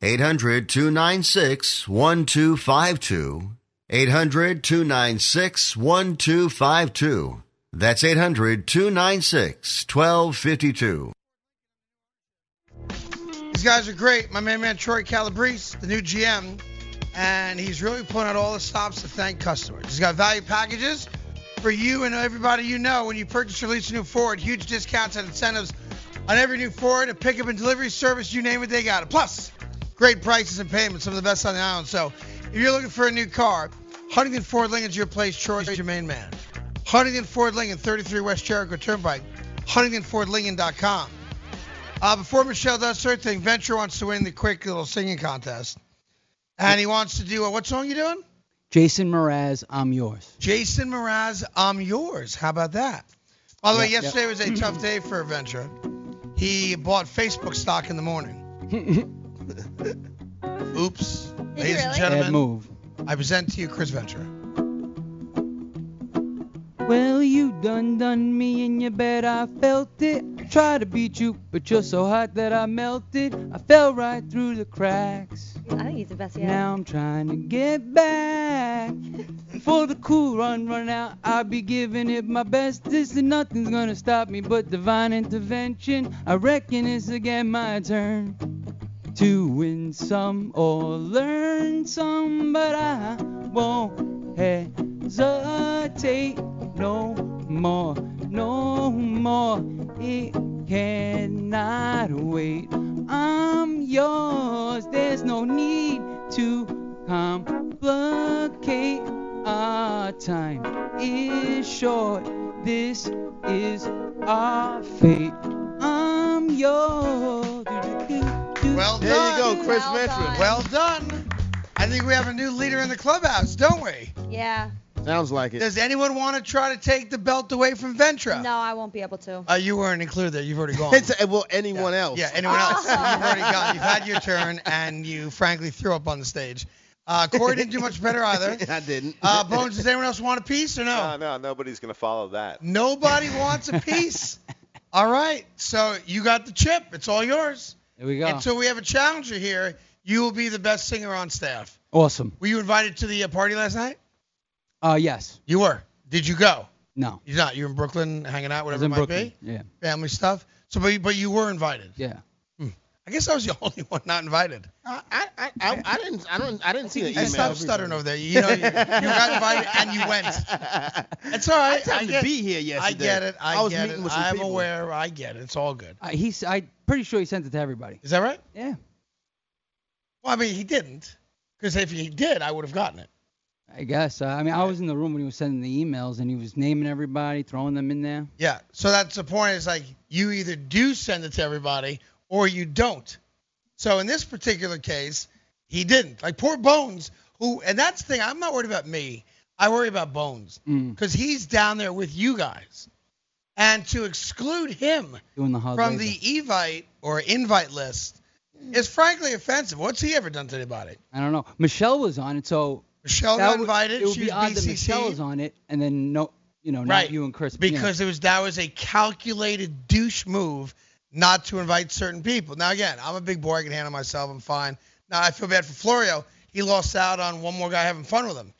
Speaker 9: 800 296 1252. 800 296 1252. That's 800 296 1252.
Speaker 2: These guys are great. My main man Troy Calabrese, the new GM, and he's really pulling out all the stops to thank customers. He's got value packages for you and everybody you know when you purchase or lease a new Ford. Huge discounts and incentives on every new Ford, a pickup and delivery service, you name it, they got it. Plus, great prices and payments, some of the best on the island. So if you're looking for a new car, Huntington Ford Lincoln's your place. Troy's your main man. Huntington Ford Lincoln, 33 West Jericho Turnpike, huntingtonfordlincoln.com. Uh, before Michelle does her thing, Venture wants to win the quick little singing contest. And he wants to do a, what song you doing?
Speaker 16: Jason Mraz, I'm yours.
Speaker 2: Jason Mraz, I'm yours. How about that? By the way,
Speaker 16: Yeah, yeah.
Speaker 2: yesterday was a tough day for Venture. He bought Facebook stock in the morning. Oops. Ladies and
Speaker 16: Bad
Speaker 2: gentlemen,
Speaker 16: move.
Speaker 2: I present to you Chris Venture.
Speaker 16: Well, you done done me and you bet I felt it. I tried to beat you, but you're so hot that I melted. I fell right through the cracks.
Speaker 3: I think he's the best yet.
Speaker 16: Now I'm trying to get back. For the cool run run out, I'll be giving it my best. This and nothing's gonna stop me but divine intervention. I reckon it's again my turn to win some or learn some, but I won't hesitate no more, no more. It cannot wait. I'm yours. There's no need to complicate our time. Is short. This is our fate. I'm yours.
Speaker 2: Well
Speaker 4: There you go, Chris
Speaker 2: well
Speaker 4: Metro.
Speaker 2: Done. Well done. I think we have a new leader in the clubhouse, don't we?
Speaker 3: Yeah.
Speaker 4: Sounds like it.
Speaker 2: Does anyone want to try to take the belt away from Ventra?
Speaker 3: No, I won't be able to.
Speaker 2: Uh, you weren't included there. You've already gone.
Speaker 4: It's a- well, anyone else?
Speaker 2: Yeah, anyone else? You've already gone. You've had your turn, and you frankly threw up on the stage. Uh, Corey didn't do much better either.
Speaker 4: I didn't.
Speaker 2: Uh, Bones, does anyone else want a piece or no?
Speaker 11: No, no, nobody's gonna follow that.
Speaker 2: Nobody wants a piece. all right. So you got the chip. It's all yours.
Speaker 16: There we go.
Speaker 2: Until we have a challenger here, you will be the best singer on staff.
Speaker 16: awesome.
Speaker 2: Were you invited to the uh, party last night?
Speaker 16: Uh, yes.
Speaker 2: You were. Did you go?
Speaker 16: No.
Speaker 2: You're not. You're in Brooklyn hanging out,
Speaker 16: I was
Speaker 2: whatever it
Speaker 16: in
Speaker 2: might
Speaker 16: Brooklyn.
Speaker 2: be.
Speaker 16: Yeah.
Speaker 2: Family stuff. So, but, you- but you were invited. Hmm.
Speaker 16: Yeah.
Speaker 2: I guess I was the only one not invited.
Speaker 4: I, I, I, I, I didn't, I don't, I didn't see the
Speaker 2: You
Speaker 4: email.
Speaker 2: stopped stuttering over there. You know, you, you got invited and you went. It's all right.
Speaker 4: I had to
Speaker 2: get-
Speaker 4: be here
Speaker 2: I
Speaker 4: yesterday.
Speaker 2: get it. I,
Speaker 4: I was
Speaker 2: get
Speaker 4: meeting
Speaker 2: it.
Speaker 4: with some
Speaker 2: I'm
Speaker 4: people.
Speaker 2: aware. I get it. It's all good.
Speaker 16: Uh, he's. I'm pretty sure he sent it to everybody.
Speaker 2: Is that right?
Speaker 16: Yeah.
Speaker 2: Well, I mean, he didn't. Because if he did, I would have gotten it.
Speaker 16: I guess. Uh, I mean, I was in the room when he was sending the emails, and he was naming everybody, throwing them in there.
Speaker 2: Yeah. So that's the point. Is like you either do send it to everybody or you don't. So in this particular case, he didn't. Like poor Bones, who, and that's the thing. I'm not worried about me. I worry about Bones because he's down there with you guys, and to exclude him
Speaker 16: Doing the hard
Speaker 2: from
Speaker 16: labor.
Speaker 2: the evite or invite list is frankly offensive. What's he ever done to anybody?
Speaker 16: I don't know. Michelle was on it, so
Speaker 2: Michelle
Speaker 16: that
Speaker 2: got
Speaker 16: would-
Speaker 2: invited.
Speaker 16: It would
Speaker 2: She
Speaker 16: be
Speaker 2: was
Speaker 16: odd that
Speaker 2: BCC.
Speaker 16: Michelle was on it, and then no, you know,
Speaker 2: Right.
Speaker 16: not you and Chris. yeah.
Speaker 2: because it was that was a calculated douche move not to invite certain people. Now again, I'm a big boy. I can handle myself. I'm fine. Now I feel bad for Florio. He lost out on one more guy having fun with him.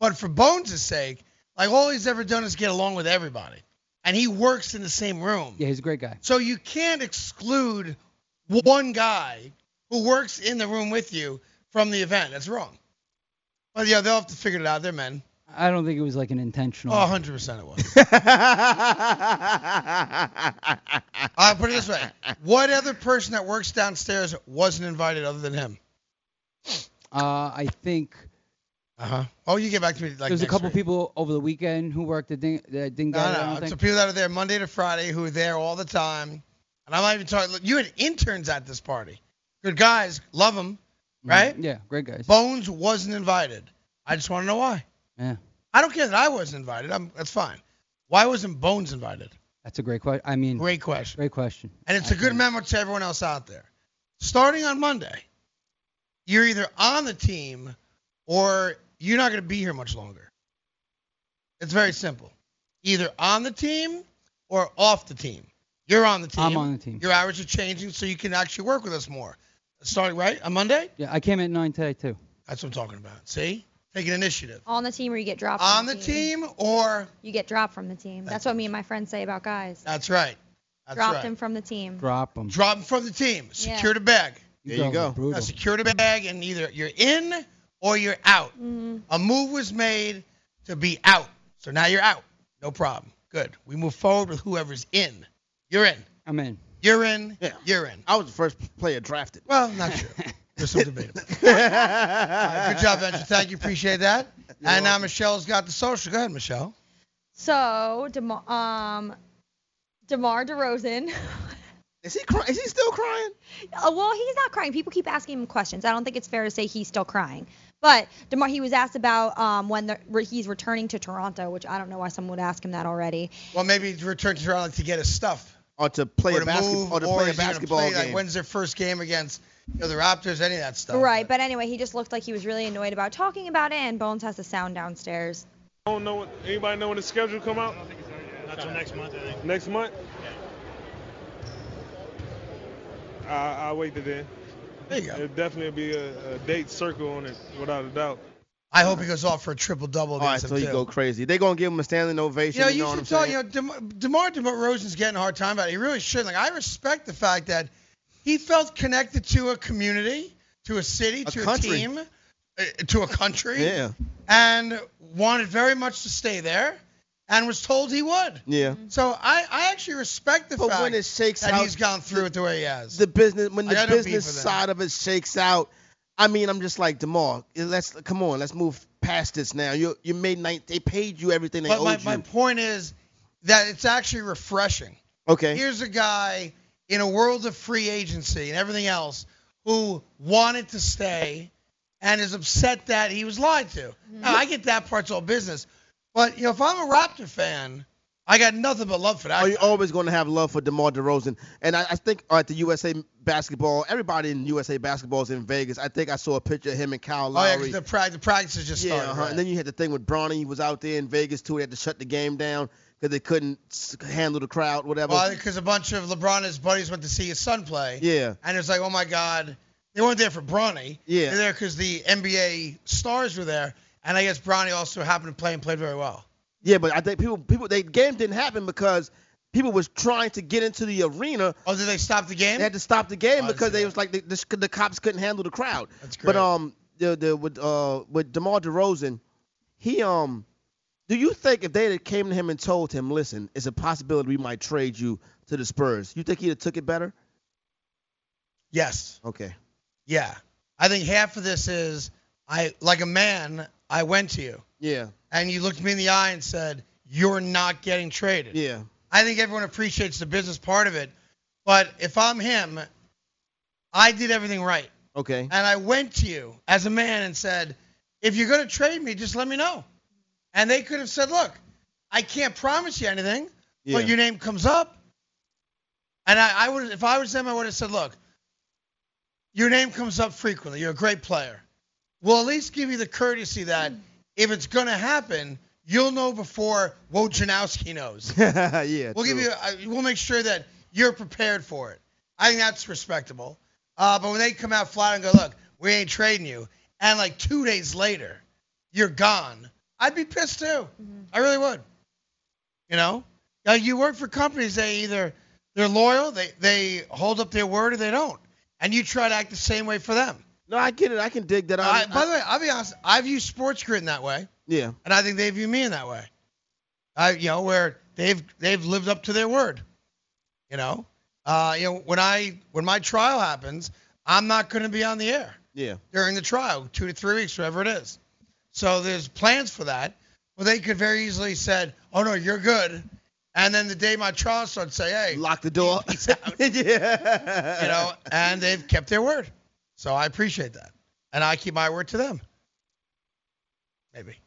Speaker 2: But for Bones' sake, like all he's ever done is get along with everybody, and he works in the same room.
Speaker 16: yeah, he's a great guy.
Speaker 2: So you can't exclude one guy who works in the room with you from the event. That's wrong. But yeah, they'll have to figure it out. They're men.
Speaker 16: I don't think it was like an intentional.
Speaker 2: Oh, 100% it was. Uh, I'll put it this way. What other person that works downstairs wasn't invited other than him?
Speaker 16: Uh, I think
Speaker 2: Uh huh. Oh, you get back to me like
Speaker 16: there's a
Speaker 2: next
Speaker 16: couple
Speaker 2: week.
Speaker 16: people over the weekend who worked at Ding, that didn't get it, I
Speaker 2: No,
Speaker 16: don't
Speaker 2: no.
Speaker 16: think.
Speaker 2: So people that are there Monday to Friday who are there all the time. And I'm not even talking. Look, you had interns at this party. Good guys, love them, right?
Speaker 16: Mm-hmm. Yeah, great guys.
Speaker 2: Bones wasn't invited. I just want to know why.
Speaker 16: Yeah.
Speaker 2: I don't care that I wasn't invited. I'm, that's fine. Why wasn't Bones invited?
Speaker 16: That's a great question. I mean,
Speaker 2: great question.
Speaker 16: Great question.
Speaker 2: And it's a good memo to everyone else out there. Starting on Monday, you're either on the team or you're not going to be here much longer. It's very simple. Either on the team or off the team. You're on the team.
Speaker 16: I'm on the team.
Speaker 2: Your hours are changing so you can actually work with us more. Starting right on Monday?
Speaker 16: Yeah, I came at nine today too.
Speaker 2: That's what I'm talking about. See? Taking initiative.
Speaker 3: On the team or you get dropped.
Speaker 2: On
Speaker 3: from
Speaker 2: the team or
Speaker 3: You get dropped from the team. That's what me and my friends say about guys.
Speaker 2: that's right. That's
Speaker 3: dropped
Speaker 2: right.
Speaker 3: him from the team.
Speaker 16: Drop them.
Speaker 2: Drop him from the team.
Speaker 3: Yeah.
Speaker 2: Secure the bag.
Speaker 16: You There you guys are go. brutal.
Speaker 2: Now, secure the bag, and either you're in or you're out.
Speaker 3: Mhm.
Speaker 2: A move was made to be out. So now you're out. No problem. Good. We move forward with whoever's in. You're in.
Speaker 16: I'm in.
Speaker 2: You're in. You're in.
Speaker 4: I was the first player drafted.
Speaker 2: Well, not sure. There's some debatable. Good job, Venture. Thank you. Appreciate that. and now Michelle's got the social. Go ahead, Michelle.
Speaker 3: So, DeMar, um, DeMar DeRozan.
Speaker 4: Is he crying? Is he still crying?
Speaker 3: Uh, well, he's not crying. People keep asking him questions. I don't think it's fair to say he's still crying. But Demar, he was asked about um, when the, re- he's returning to Toronto, which I don't know why someone would ask him that already.
Speaker 2: Well, maybe return to Toronto to get his stuff.
Speaker 4: Or to play
Speaker 2: or
Speaker 4: a
Speaker 2: to
Speaker 4: basketball,
Speaker 2: move,
Speaker 4: or to play a
Speaker 2: is he gonna
Speaker 4: basketball
Speaker 2: play,
Speaker 4: game.
Speaker 2: Like, when's their first game against you know, the Raptors? Any of that stuff.
Speaker 3: Right, but anyway, he just looked like he was really annoyed about talking about it, and Bones has the sound downstairs.
Speaker 12: don't know. What, anybody know when the schedule come out?
Speaker 17: Not till next month, I think.
Speaker 12: Next month? I, I'll wait till then.
Speaker 2: There you go.
Speaker 12: It'll definitely be a, a date circle on it, without a doubt.
Speaker 2: I hope he goes off for a triple double
Speaker 4: All right,
Speaker 2: against
Speaker 4: so
Speaker 2: him
Speaker 4: he
Speaker 2: too.
Speaker 4: go crazy. They gonna give him a standing ovation.
Speaker 2: You know,
Speaker 4: you
Speaker 2: you
Speaker 4: know what I'm
Speaker 2: should tell.
Speaker 4: saying?
Speaker 2: You know, Dem- Demar Derozan's getting a hard time about it. He really should. Like, I respect the fact that he felt connected to a community, to a city, to a
Speaker 4: country.
Speaker 2: team, uh, to a country.
Speaker 4: Yeah.
Speaker 2: And wanted very much to stay there, and was told he would.
Speaker 4: Yeah.
Speaker 2: So I, I actually respect the
Speaker 4: Mm-hmm. But
Speaker 2: fact
Speaker 4: when it shakes
Speaker 2: that
Speaker 4: out
Speaker 2: he's gone through it the way he has.
Speaker 4: The business when
Speaker 2: I
Speaker 4: the
Speaker 2: got no beef
Speaker 4: business
Speaker 2: with him.
Speaker 4: side of it shakes out, I mean, I'm just like Demar. Let's come on, let's move past this now. You you made night. They paid you everything they
Speaker 2: But my,
Speaker 4: owed
Speaker 2: my
Speaker 4: you.
Speaker 2: point is that it's actually refreshing.
Speaker 4: Okay.
Speaker 2: Here's a guy in a world of free agency and everything else who wanted to stay and is upset that he was lied to. Now, I get that part's all business. But, you know, if I'm a Raptor fan, I got nothing but love for that.
Speaker 4: Are you always going to have love for DeMar DeRozan? And I, I think all right, the USA basketball, everybody in USA basketball is in Vegas. I think I saw a picture of him and Kyle
Speaker 2: Oh, yeah,
Speaker 4: Lowry.
Speaker 2: 'cause the, pra- the practices just
Speaker 4: yeah,
Speaker 2: started.
Speaker 4: uh-huh.
Speaker 2: right?
Speaker 4: and then you had the thing with Bronny. He was out there in Vegas too. They had to shut the game down because they couldn't s- handle the crowd, whatever.
Speaker 2: Well, because a bunch of LeBron and his buddies went to see his son play.
Speaker 4: Yeah.
Speaker 2: And it's like, oh my God, they weren't there for Bronny.
Speaker 4: Yeah.
Speaker 2: They're there because the NBA stars were there, and I guess Bronny also happened to play and played very well.
Speaker 4: Yeah, but I think people people they game didn't happen because people was trying to get into the arena.
Speaker 2: Oh, did they stop the game?
Speaker 4: They had to stop the game
Speaker 2: Oh, I
Speaker 4: because
Speaker 2: see
Speaker 4: they was like the, the, the cops couldn't handle the crowd.
Speaker 2: That's
Speaker 4: But
Speaker 2: great.
Speaker 4: um, the the with uh with DeMar DeRozan, he um, do you think if they had came to him and told him, listen, it's a possibility we might trade you to the Spurs, you think he'd have took it better?
Speaker 2: Yes.
Speaker 4: Okay.
Speaker 2: Yeah. I think half of this is I like a man, I went to you.
Speaker 4: Yeah.
Speaker 2: And you looked me in the eye and said, You're not getting traded.
Speaker 4: Yeah.
Speaker 2: I think everyone appreciates the business part of it. But if I'm him, I did everything right.
Speaker 4: Okay.
Speaker 2: And I went to you as a man and said, If you're gonna trade me, just let me know. And they could have said, Look, I can't promise you anything,
Speaker 4: Yeah.
Speaker 2: but your name comes up. And I, I would if I was them, I would have said, Look, your name comes up frequently. You're a great player. We'll at least give you the courtesy that if it's going to happen, you'll know before Wojanowski knows.
Speaker 4: yeah.
Speaker 2: we'll give
Speaker 4: true.
Speaker 2: you. I- We'll make sure that you're prepared for it. I think that's respectable. Uh, but when they come out flat and go, look, we ain't trading you, and like two days later, you're gone. I'd be pissed too. I really would. You know, now you work for companies. They either they're loyal, they they hold up their word, or they don't. And you try to act the same way for them.
Speaker 4: No, I get it. I can dig that.
Speaker 2: I, by the way, I'll be honest. I view Sports Grid in that way,
Speaker 4: Yeah.
Speaker 2: and I think they view me in that way. I, you know, where they've they've lived up to their word. You know, uh, you know when I when my trial happens, I'm not going to be on the air
Speaker 4: Yeah.
Speaker 2: during the trial, two to three weeks, whatever it is. So there's plans for that. Well, they could very easily said, "Oh no, you're good," and then the day my trial starts, say, "Hey,
Speaker 4: lock the door."
Speaker 2: Peace out.
Speaker 4: yeah.
Speaker 2: You know, and they've kept their word. So I appreciate that, and I keep my word to them. Maybe.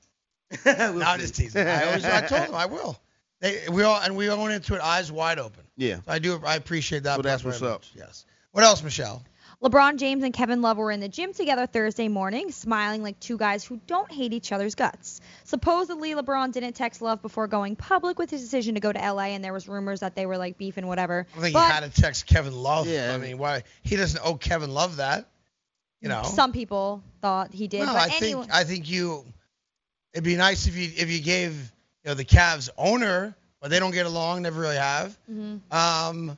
Speaker 4: We'll
Speaker 2: no, I'm
Speaker 4: see.
Speaker 2: just teasing. I, always, I told them I will. They, we all and we all went into it eyes wide open.
Speaker 4: Yeah.
Speaker 2: So I do. I appreciate that.
Speaker 4: So that's
Speaker 2: part
Speaker 4: what's
Speaker 2: very
Speaker 4: up.
Speaker 2: much. Yes. What else, Michelle?
Speaker 3: LeBron James and Kevin Love were in the gym together Thursday morning, smiling like two guys who don't hate each other's guts. Supposedly, LeBron didn't text Love before going public with his decision to go to LA, and there was rumors that they were like beefing, whatever.
Speaker 2: I think
Speaker 3: But
Speaker 2: he had to text Kevin Love.
Speaker 4: Yeah.
Speaker 2: I mean, why he doesn't owe Kevin Love that? You know.
Speaker 3: some people thought he did.
Speaker 2: no,
Speaker 3: but
Speaker 2: I
Speaker 3: anyway,
Speaker 2: think I think you. It'd be nice if you if you gave you know the Cavs owner, but they don't get along, never really have.
Speaker 3: Mhm.
Speaker 2: Um,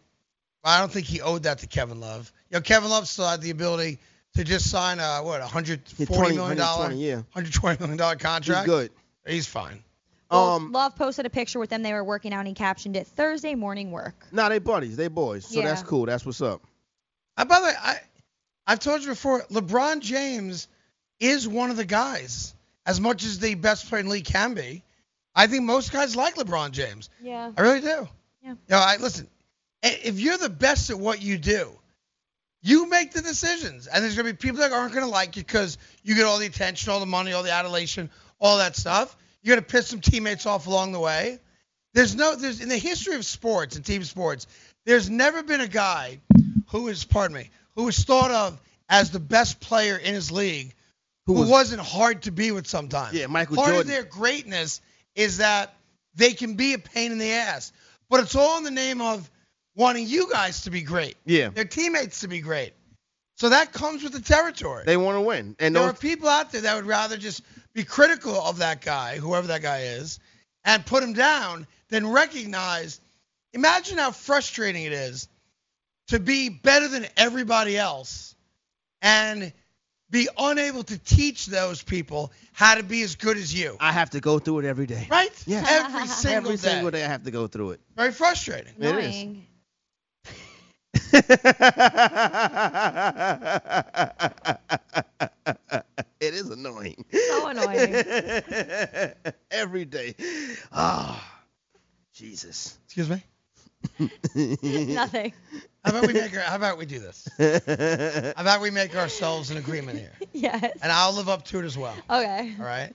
Speaker 2: I don't think he owed that to Kevin Love. You know, Kevin Love still had the ability to just sign a what, a hundred forty
Speaker 4: 20,
Speaker 2: million
Speaker 4: 120, yeah.
Speaker 2: hundred twenty million dollar contract.
Speaker 4: good.
Speaker 2: He's fine.
Speaker 3: well,
Speaker 4: um,
Speaker 3: Love posted a picture with them. They were working out, and he captioned it Thursday morning work.
Speaker 4: No, they buddies. They boys. So that's
Speaker 3: Yeah.
Speaker 4: cool. That's what's up.
Speaker 2: I, Uh, by the way, I I've told you before, LeBron James is one of the guys. As much as the best player in the league can be, I think most guys like LeBron James.
Speaker 3: Yeah.
Speaker 2: I really do.
Speaker 3: Yeah.
Speaker 2: No, I listen. i- If you're the best at what you do, you make the decisions, and there's gonna be people that aren't gonna like you because you get all the attention, all the money, all the adulation, all that stuff. You're gonna piss some teammates off along the way. There's no, there's in the history of sports and team sports, there's never been a guy who is, pardon me, who is thought of as the best player in his league who, wasn't hard to be with sometimes.
Speaker 4: Yeah, Michael
Speaker 2: Part of
Speaker 4: Jordan.
Speaker 2: their greatness is that they can be a pain in the ass, but it's all in the name of wanting you guys to be great.
Speaker 4: Yeah.
Speaker 2: Their teammates to be great. So that comes with the territory.
Speaker 4: They want to win, and
Speaker 2: there
Speaker 4: those-
Speaker 2: are people out there that would rather just be critical of that guy, whoever that guy is, and put him down than recognize. Imagine how frustrating it is to be better than everybody else and be unable to teach those people how to be as good as you.
Speaker 4: I have to go through it every day.
Speaker 2: Right? Every single
Speaker 4: every
Speaker 2: day.
Speaker 4: single day I have to go through it.
Speaker 2: Very frustrating.
Speaker 4: It is. it is annoying.
Speaker 3: So
Speaker 4: annoying. Every day. Ah, Jesus.
Speaker 2: Excuse me?
Speaker 3: Nothing.
Speaker 2: How about we make our, how about we do this? How about we make ourselves an agreement here?
Speaker 3: Yes.
Speaker 2: And I'll live up to it as well.
Speaker 3: Okay.
Speaker 2: All right.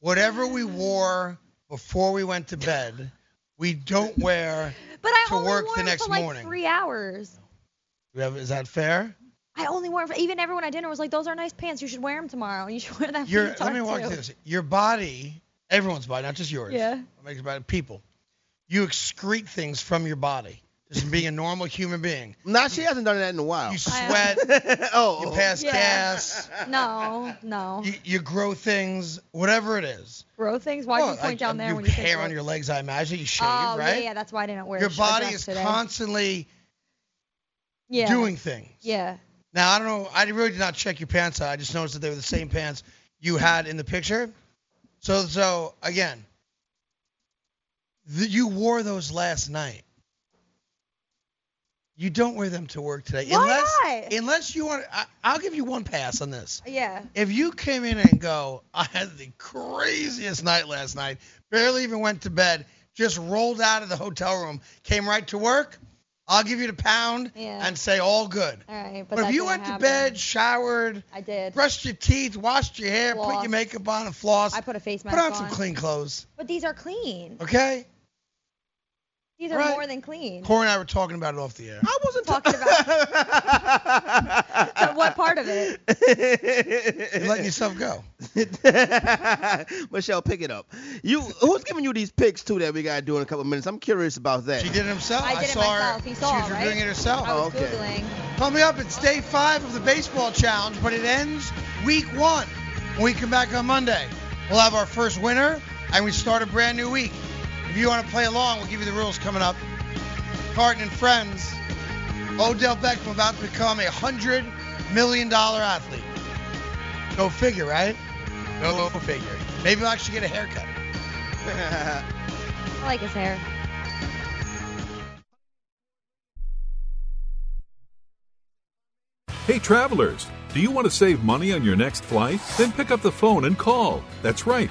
Speaker 2: Whatever we wore before we went to bed, we don't wear
Speaker 3: But I
Speaker 2: to
Speaker 3: only
Speaker 2: work
Speaker 3: wore
Speaker 2: the
Speaker 3: it
Speaker 2: next
Speaker 3: for like
Speaker 2: morning.
Speaker 3: three hours.
Speaker 2: We have- Is that fair?
Speaker 3: I only wore it for, even everyone at dinner was like, those are nice pants. You should wear them tomorrow. You should wear that. for
Speaker 2: Your,
Speaker 3: your
Speaker 2: let me
Speaker 3: talk,
Speaker 2: walk you
Speaker 3: too."
Speaker 2: through this. Your body, everyone's body, not just yours.
Speaker 3: Yeah.
Speaker 2: It makes about people. You excrete things from your body. Just from being a normal human being.
Speaker 4: Now she hasn't done that in a while.
Speaker 2: You sweat.
Speaker 4: oh.
Speaker 2: You pass
Speaker 3: Yeah.
Speaker 2: gas.
Speaker 3: No, no.
Speaker 2: You, you grow things, whatever it is.
Speaker 3: Grow things. Why do you
Speaker 2: Well,
Speaker 3: point
Speaker 2: I- uh,
Speaker 3: down there
Speaker 2: you
Speaker 3: when you
Speaker 2: have
Speaker 3: think
Speaker 2: hair
Speaker 3: about
Speaker 2: on
Speaker 3: it?
Speaker 2: your legs, I imagine. You shave,
Speaker 3: Oh
Speaker 2: right?
Speaker 3: yeah, yeah. That's why I didn't wear.
Speaker 2: Your
Speaker 3: a sh- a
Speaker 2: body
Speaker 3: dress
Speaker 2: is
Speaker 3: today.
Speaker 2: constantly
Speaker 3: yeah.
Speaker 2: doing things.
Speaker 3: Yeah.
Speaker 2: Now I don't know. I really did not check your pants out. I just noticed that they were the same pants you had in the picture. So so again, th- you wore those last night. You don't wear them to work today,
Speaker 3: Why
Speaker 2: unless
Speaker 3: not?
Speaker 2: unless you want. I, I'll give you one pass on this.
Speaker 3: Yeah.
Speaker 2: If you came in and go, I had the craziest night last night. Barely even went to bed. Just rolled out of the hotel room. Came right to work. I'll give you the pound
Speaker 3: Yeah.
Speaker 2: and say all good.
Speaker 3: All right. But,
Speaker 2: But,
Speaker 3: that
Speaker 2: if you
Speaker 3: didn't
Speaker 2: went to
Speaker 3: happen.
Speaker 2: bed, showered,
Speaker 3: I did.
Speaker 2: brushed your teeth, washed your hair, put
Speaker 3: Floss.
Speaker 2: your makeup on, and floss,
Speaker 3: I put a face mask
Speaker 2: put on some
Speaker 3: on.
Speaker 2: clean clothes,
Speaker 3: But these are clean.
Speaker 2: okay?
Speaker 3: These are
Speaker 2: Right.
Speaker 3: more than clean.
Speaker 2: Corey and I were talking about it off the air.
Speaker 4: I wasn't
Speaker 3: talking
Speaker 4: about.
Speaker 3: So what part of it?
Speaker 2: You're letting yourself go.
Speaker 4: Michelle, pick it up. You who's giving you these picks too that we gotta do in a couple minutes? I'm curious about that.
Speaker 2: She did it herself.
Speaker 3: I did it
Speaker 2: saw her.
Speaker 3: myself. You saw,
Speaker 2: she was
Speaker 3: right?
Speaker 2: reviewing it herself.
Speaker 3: I was
Speaker 4: Oh, okay.
Speaker 3: googling.
Speaker 2: Coming up, it's day five of the baseball challenge, but it ends week one. When we come back on Monday, we'll have our first winner, and we start a brand new week. If you want to play along, we'll give you the rules coming up. Carton and friends, Odell Beckham about to become a hundred million dollar athlete. Go figure, right? Go figure. Maybe I'll actually get a haircut.
Speaker 3: I like his hair.
Speaker 5: Hey travelers, do you want to save money on your next flight? Then pick up the phone and call. That's right,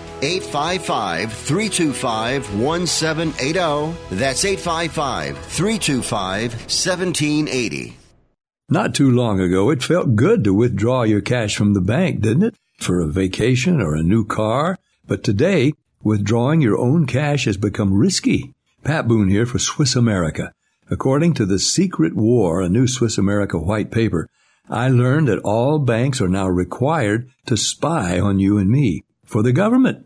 Speaker 8: 855 325 1780. That's 855 325 1780.
Speaker 18: Not too long ago, it felt good to withdraw your cash from the bank, didn't it? For a vacation or a new car. But today, withdrawing your own cash has become risky. Pat Boone here for Swiss America. According to the Secret War, a new Swiss America white paper, I learned that all banks are now required to spy on you and me for the government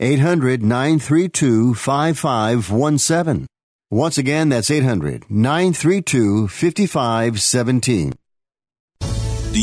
Speaker 19: 800 932 5517. Once again, that's 800 932 5517.
Speaker 7: Do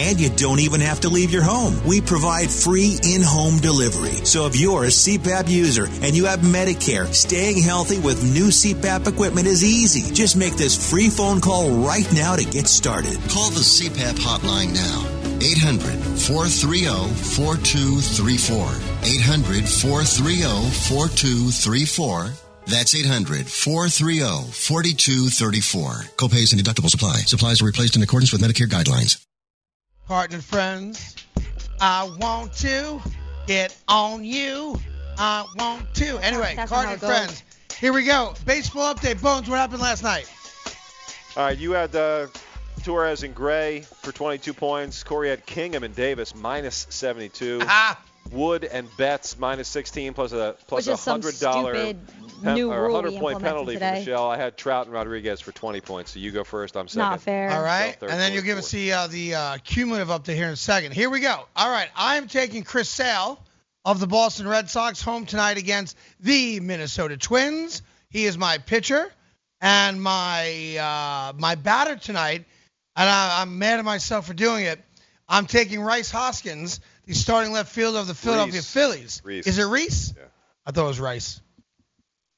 Speaker 7: and you don't even have to leave your home. We provide free in home delivery. So if you're a CPAP user and you have Medicare, staying healthy with new CPAP equipment is easy. Just make this free phone call right now to get started.
Speaker 8: Call the CPAP hotline now. 800 430 4234. 800 430 4234. That's 800 430 4234. Copays and deductibles apply. Supplies are replaced in accordance with Medicare guidelines.
Speaker 2: partner friends. I want to get on you. I want to. Anyway,
Speaker 20: That's not how
Speaker 2: Carton
Speaker 20: it
Speaker 2: friends. Here we go. Baseball update. Bones, what happened last night?
Speaker 11: All right, you had uh, Torres and Gray for 22 points. Corey had Kingham and Davis minus 72.
Speaker 2: Ah.
Speaker 11: Wood and Betts minus 16 plus a plus
Speaker 3: Which
Speaker 11: a
Speaker 3: is some
Speaker 11: hundred dollar
Speaker 3: stupid new
Speaker 11: or a
Speaker 3: rule we
Speaker 11: hundred point
Speaker 3: implemented
Speaker 11: penalty
Speaker 3: today.
Speaker 11: for Michelle. I had Trout and Rodriguez for 20 points. So you go first. I'm second.
Speaker 2: All right.
Speaker 11: Michelle third,
Speaker 2: And then you'll give us the uh, the uh, cumulative update here in a second. Here we go. All right. I am taking Chris Sale of the Boston Red Sox home tonight against the Minnesota Twins. He is my pitcher and my uh, my batter tonight. And I, I'm mad at myself for doing it. I'm taking Rice Hoskins, the starting left fielder of the Philadelphia
Speaker 11: Reese.
Speaker 2: Phillies.
Speaker 11: Reese.
Speaker 2: Is it Reese? Yeah. I thought it was Rice.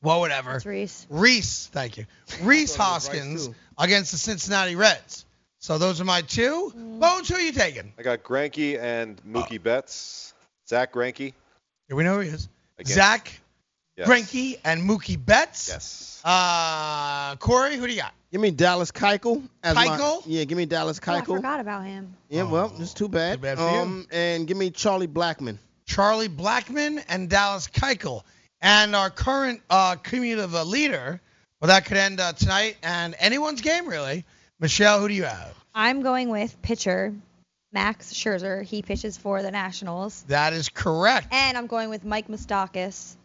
Speaker 2: Well, whatever.
Speaker 3: Reese.
Speaker 2: Reese, thank you. Reese Hoskins against the Cincinnati Reds. So those are my two. Bones, who are you taking?
Speaker 11: I got Granky and Mookie Betts. Zach Granky.
Speaker 2: Here we know who he is.
Speaker 11: Against-
Speaker 2: Zach
Speaker 11: Yes.
Speaker 2: Greinke and Mookie Betts. Yes. Uh, Corey, who do you got?
Speaker 4: Give me Dallas Keuchel. as my-
Speaker 2: Keuchel?
Speaker 4: yeah, give me Dallas
Speaker 3: Oh, I
Speaker 4: Keuchel.
Speaker 3: forgot about him.
Speaker 4: yeah, well, it's too bad.
Speaker 2: bad for you.
Speaker 4: um, and give me Charlie Blackman.
Speaker 2: Charlie Blackman and Dallas Keuchel. And our current uh, cumulative uh, leader, well, that could end uh, tonight and anyone's game, really. Michelle, who do you have?
Speaker 3: I'm going with pitcher Max Scherzer. He pitches for the Nationals.
Speaker 2: That is correct.
Speaker 3: And I'm going with Mike Mostakis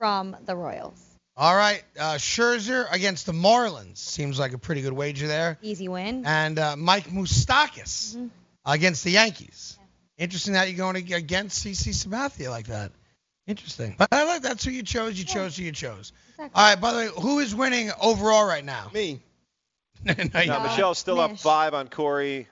Speaker 3: from the Royals.
Speaker 2: All right, uh, Scherzer against the Marlins seems like a pretty good wager there,
Speaker 3: Easy win. Mm-hmm.
Speaker 2: and uh, Mike Moustakis against the Yankees. Interesting that you're going ag- against CC Sabathia like that. Interesting, but I like that's who you chose. You chose who you chose. All right. By the way, who is winning overall right now?
Speaker 4: Me.
Speaker 2: no, you-
Speaker 11: Now, Michelle's still up five on Corey,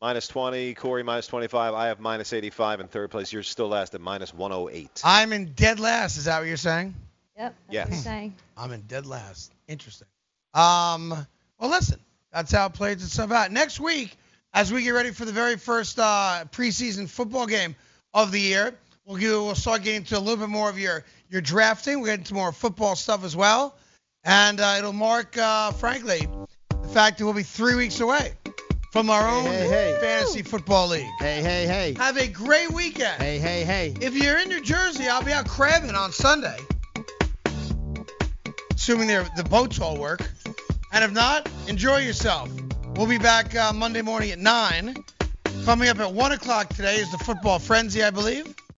Speaker 11: minus 20. Corey minus 25. I have minus 85 in third place. You're still last at minus 108.
Speaker 2: I'm in dead last. Is that what you're saying?
Speaker 3: Yep.
Speaker 11: Yes.
Speaker 3: Just saying.
Speaker 2: I'm in dead last. Interesting. Um, well, listen, that's how it plays itself out. Next week, as we get ready for the very first uh, preseason football game of the year, we'll give, we'll start getting into a little bit more of your your drafting. We'll get into more football stuff as well, and uh, it'll mark, uh, frankly, the fact that we'll be three weeks away from our own
Speaker 4: hey, hey.
Speaker 2: fantasy football league.
Speaker 4: Hey, hey, hey.
Speaker 2: Have a great weekend.
Speaker 4: Hey, hey, hey.
Speaker 2: If you're in New Jersey, I'll be out crabbing on Sunday. Assuming they're- the boats all work. And if not, enjoy yourself. We'll be back uh, Monday morning at 9. Coming up at 1 o'clock today is the football frenzy, I believe.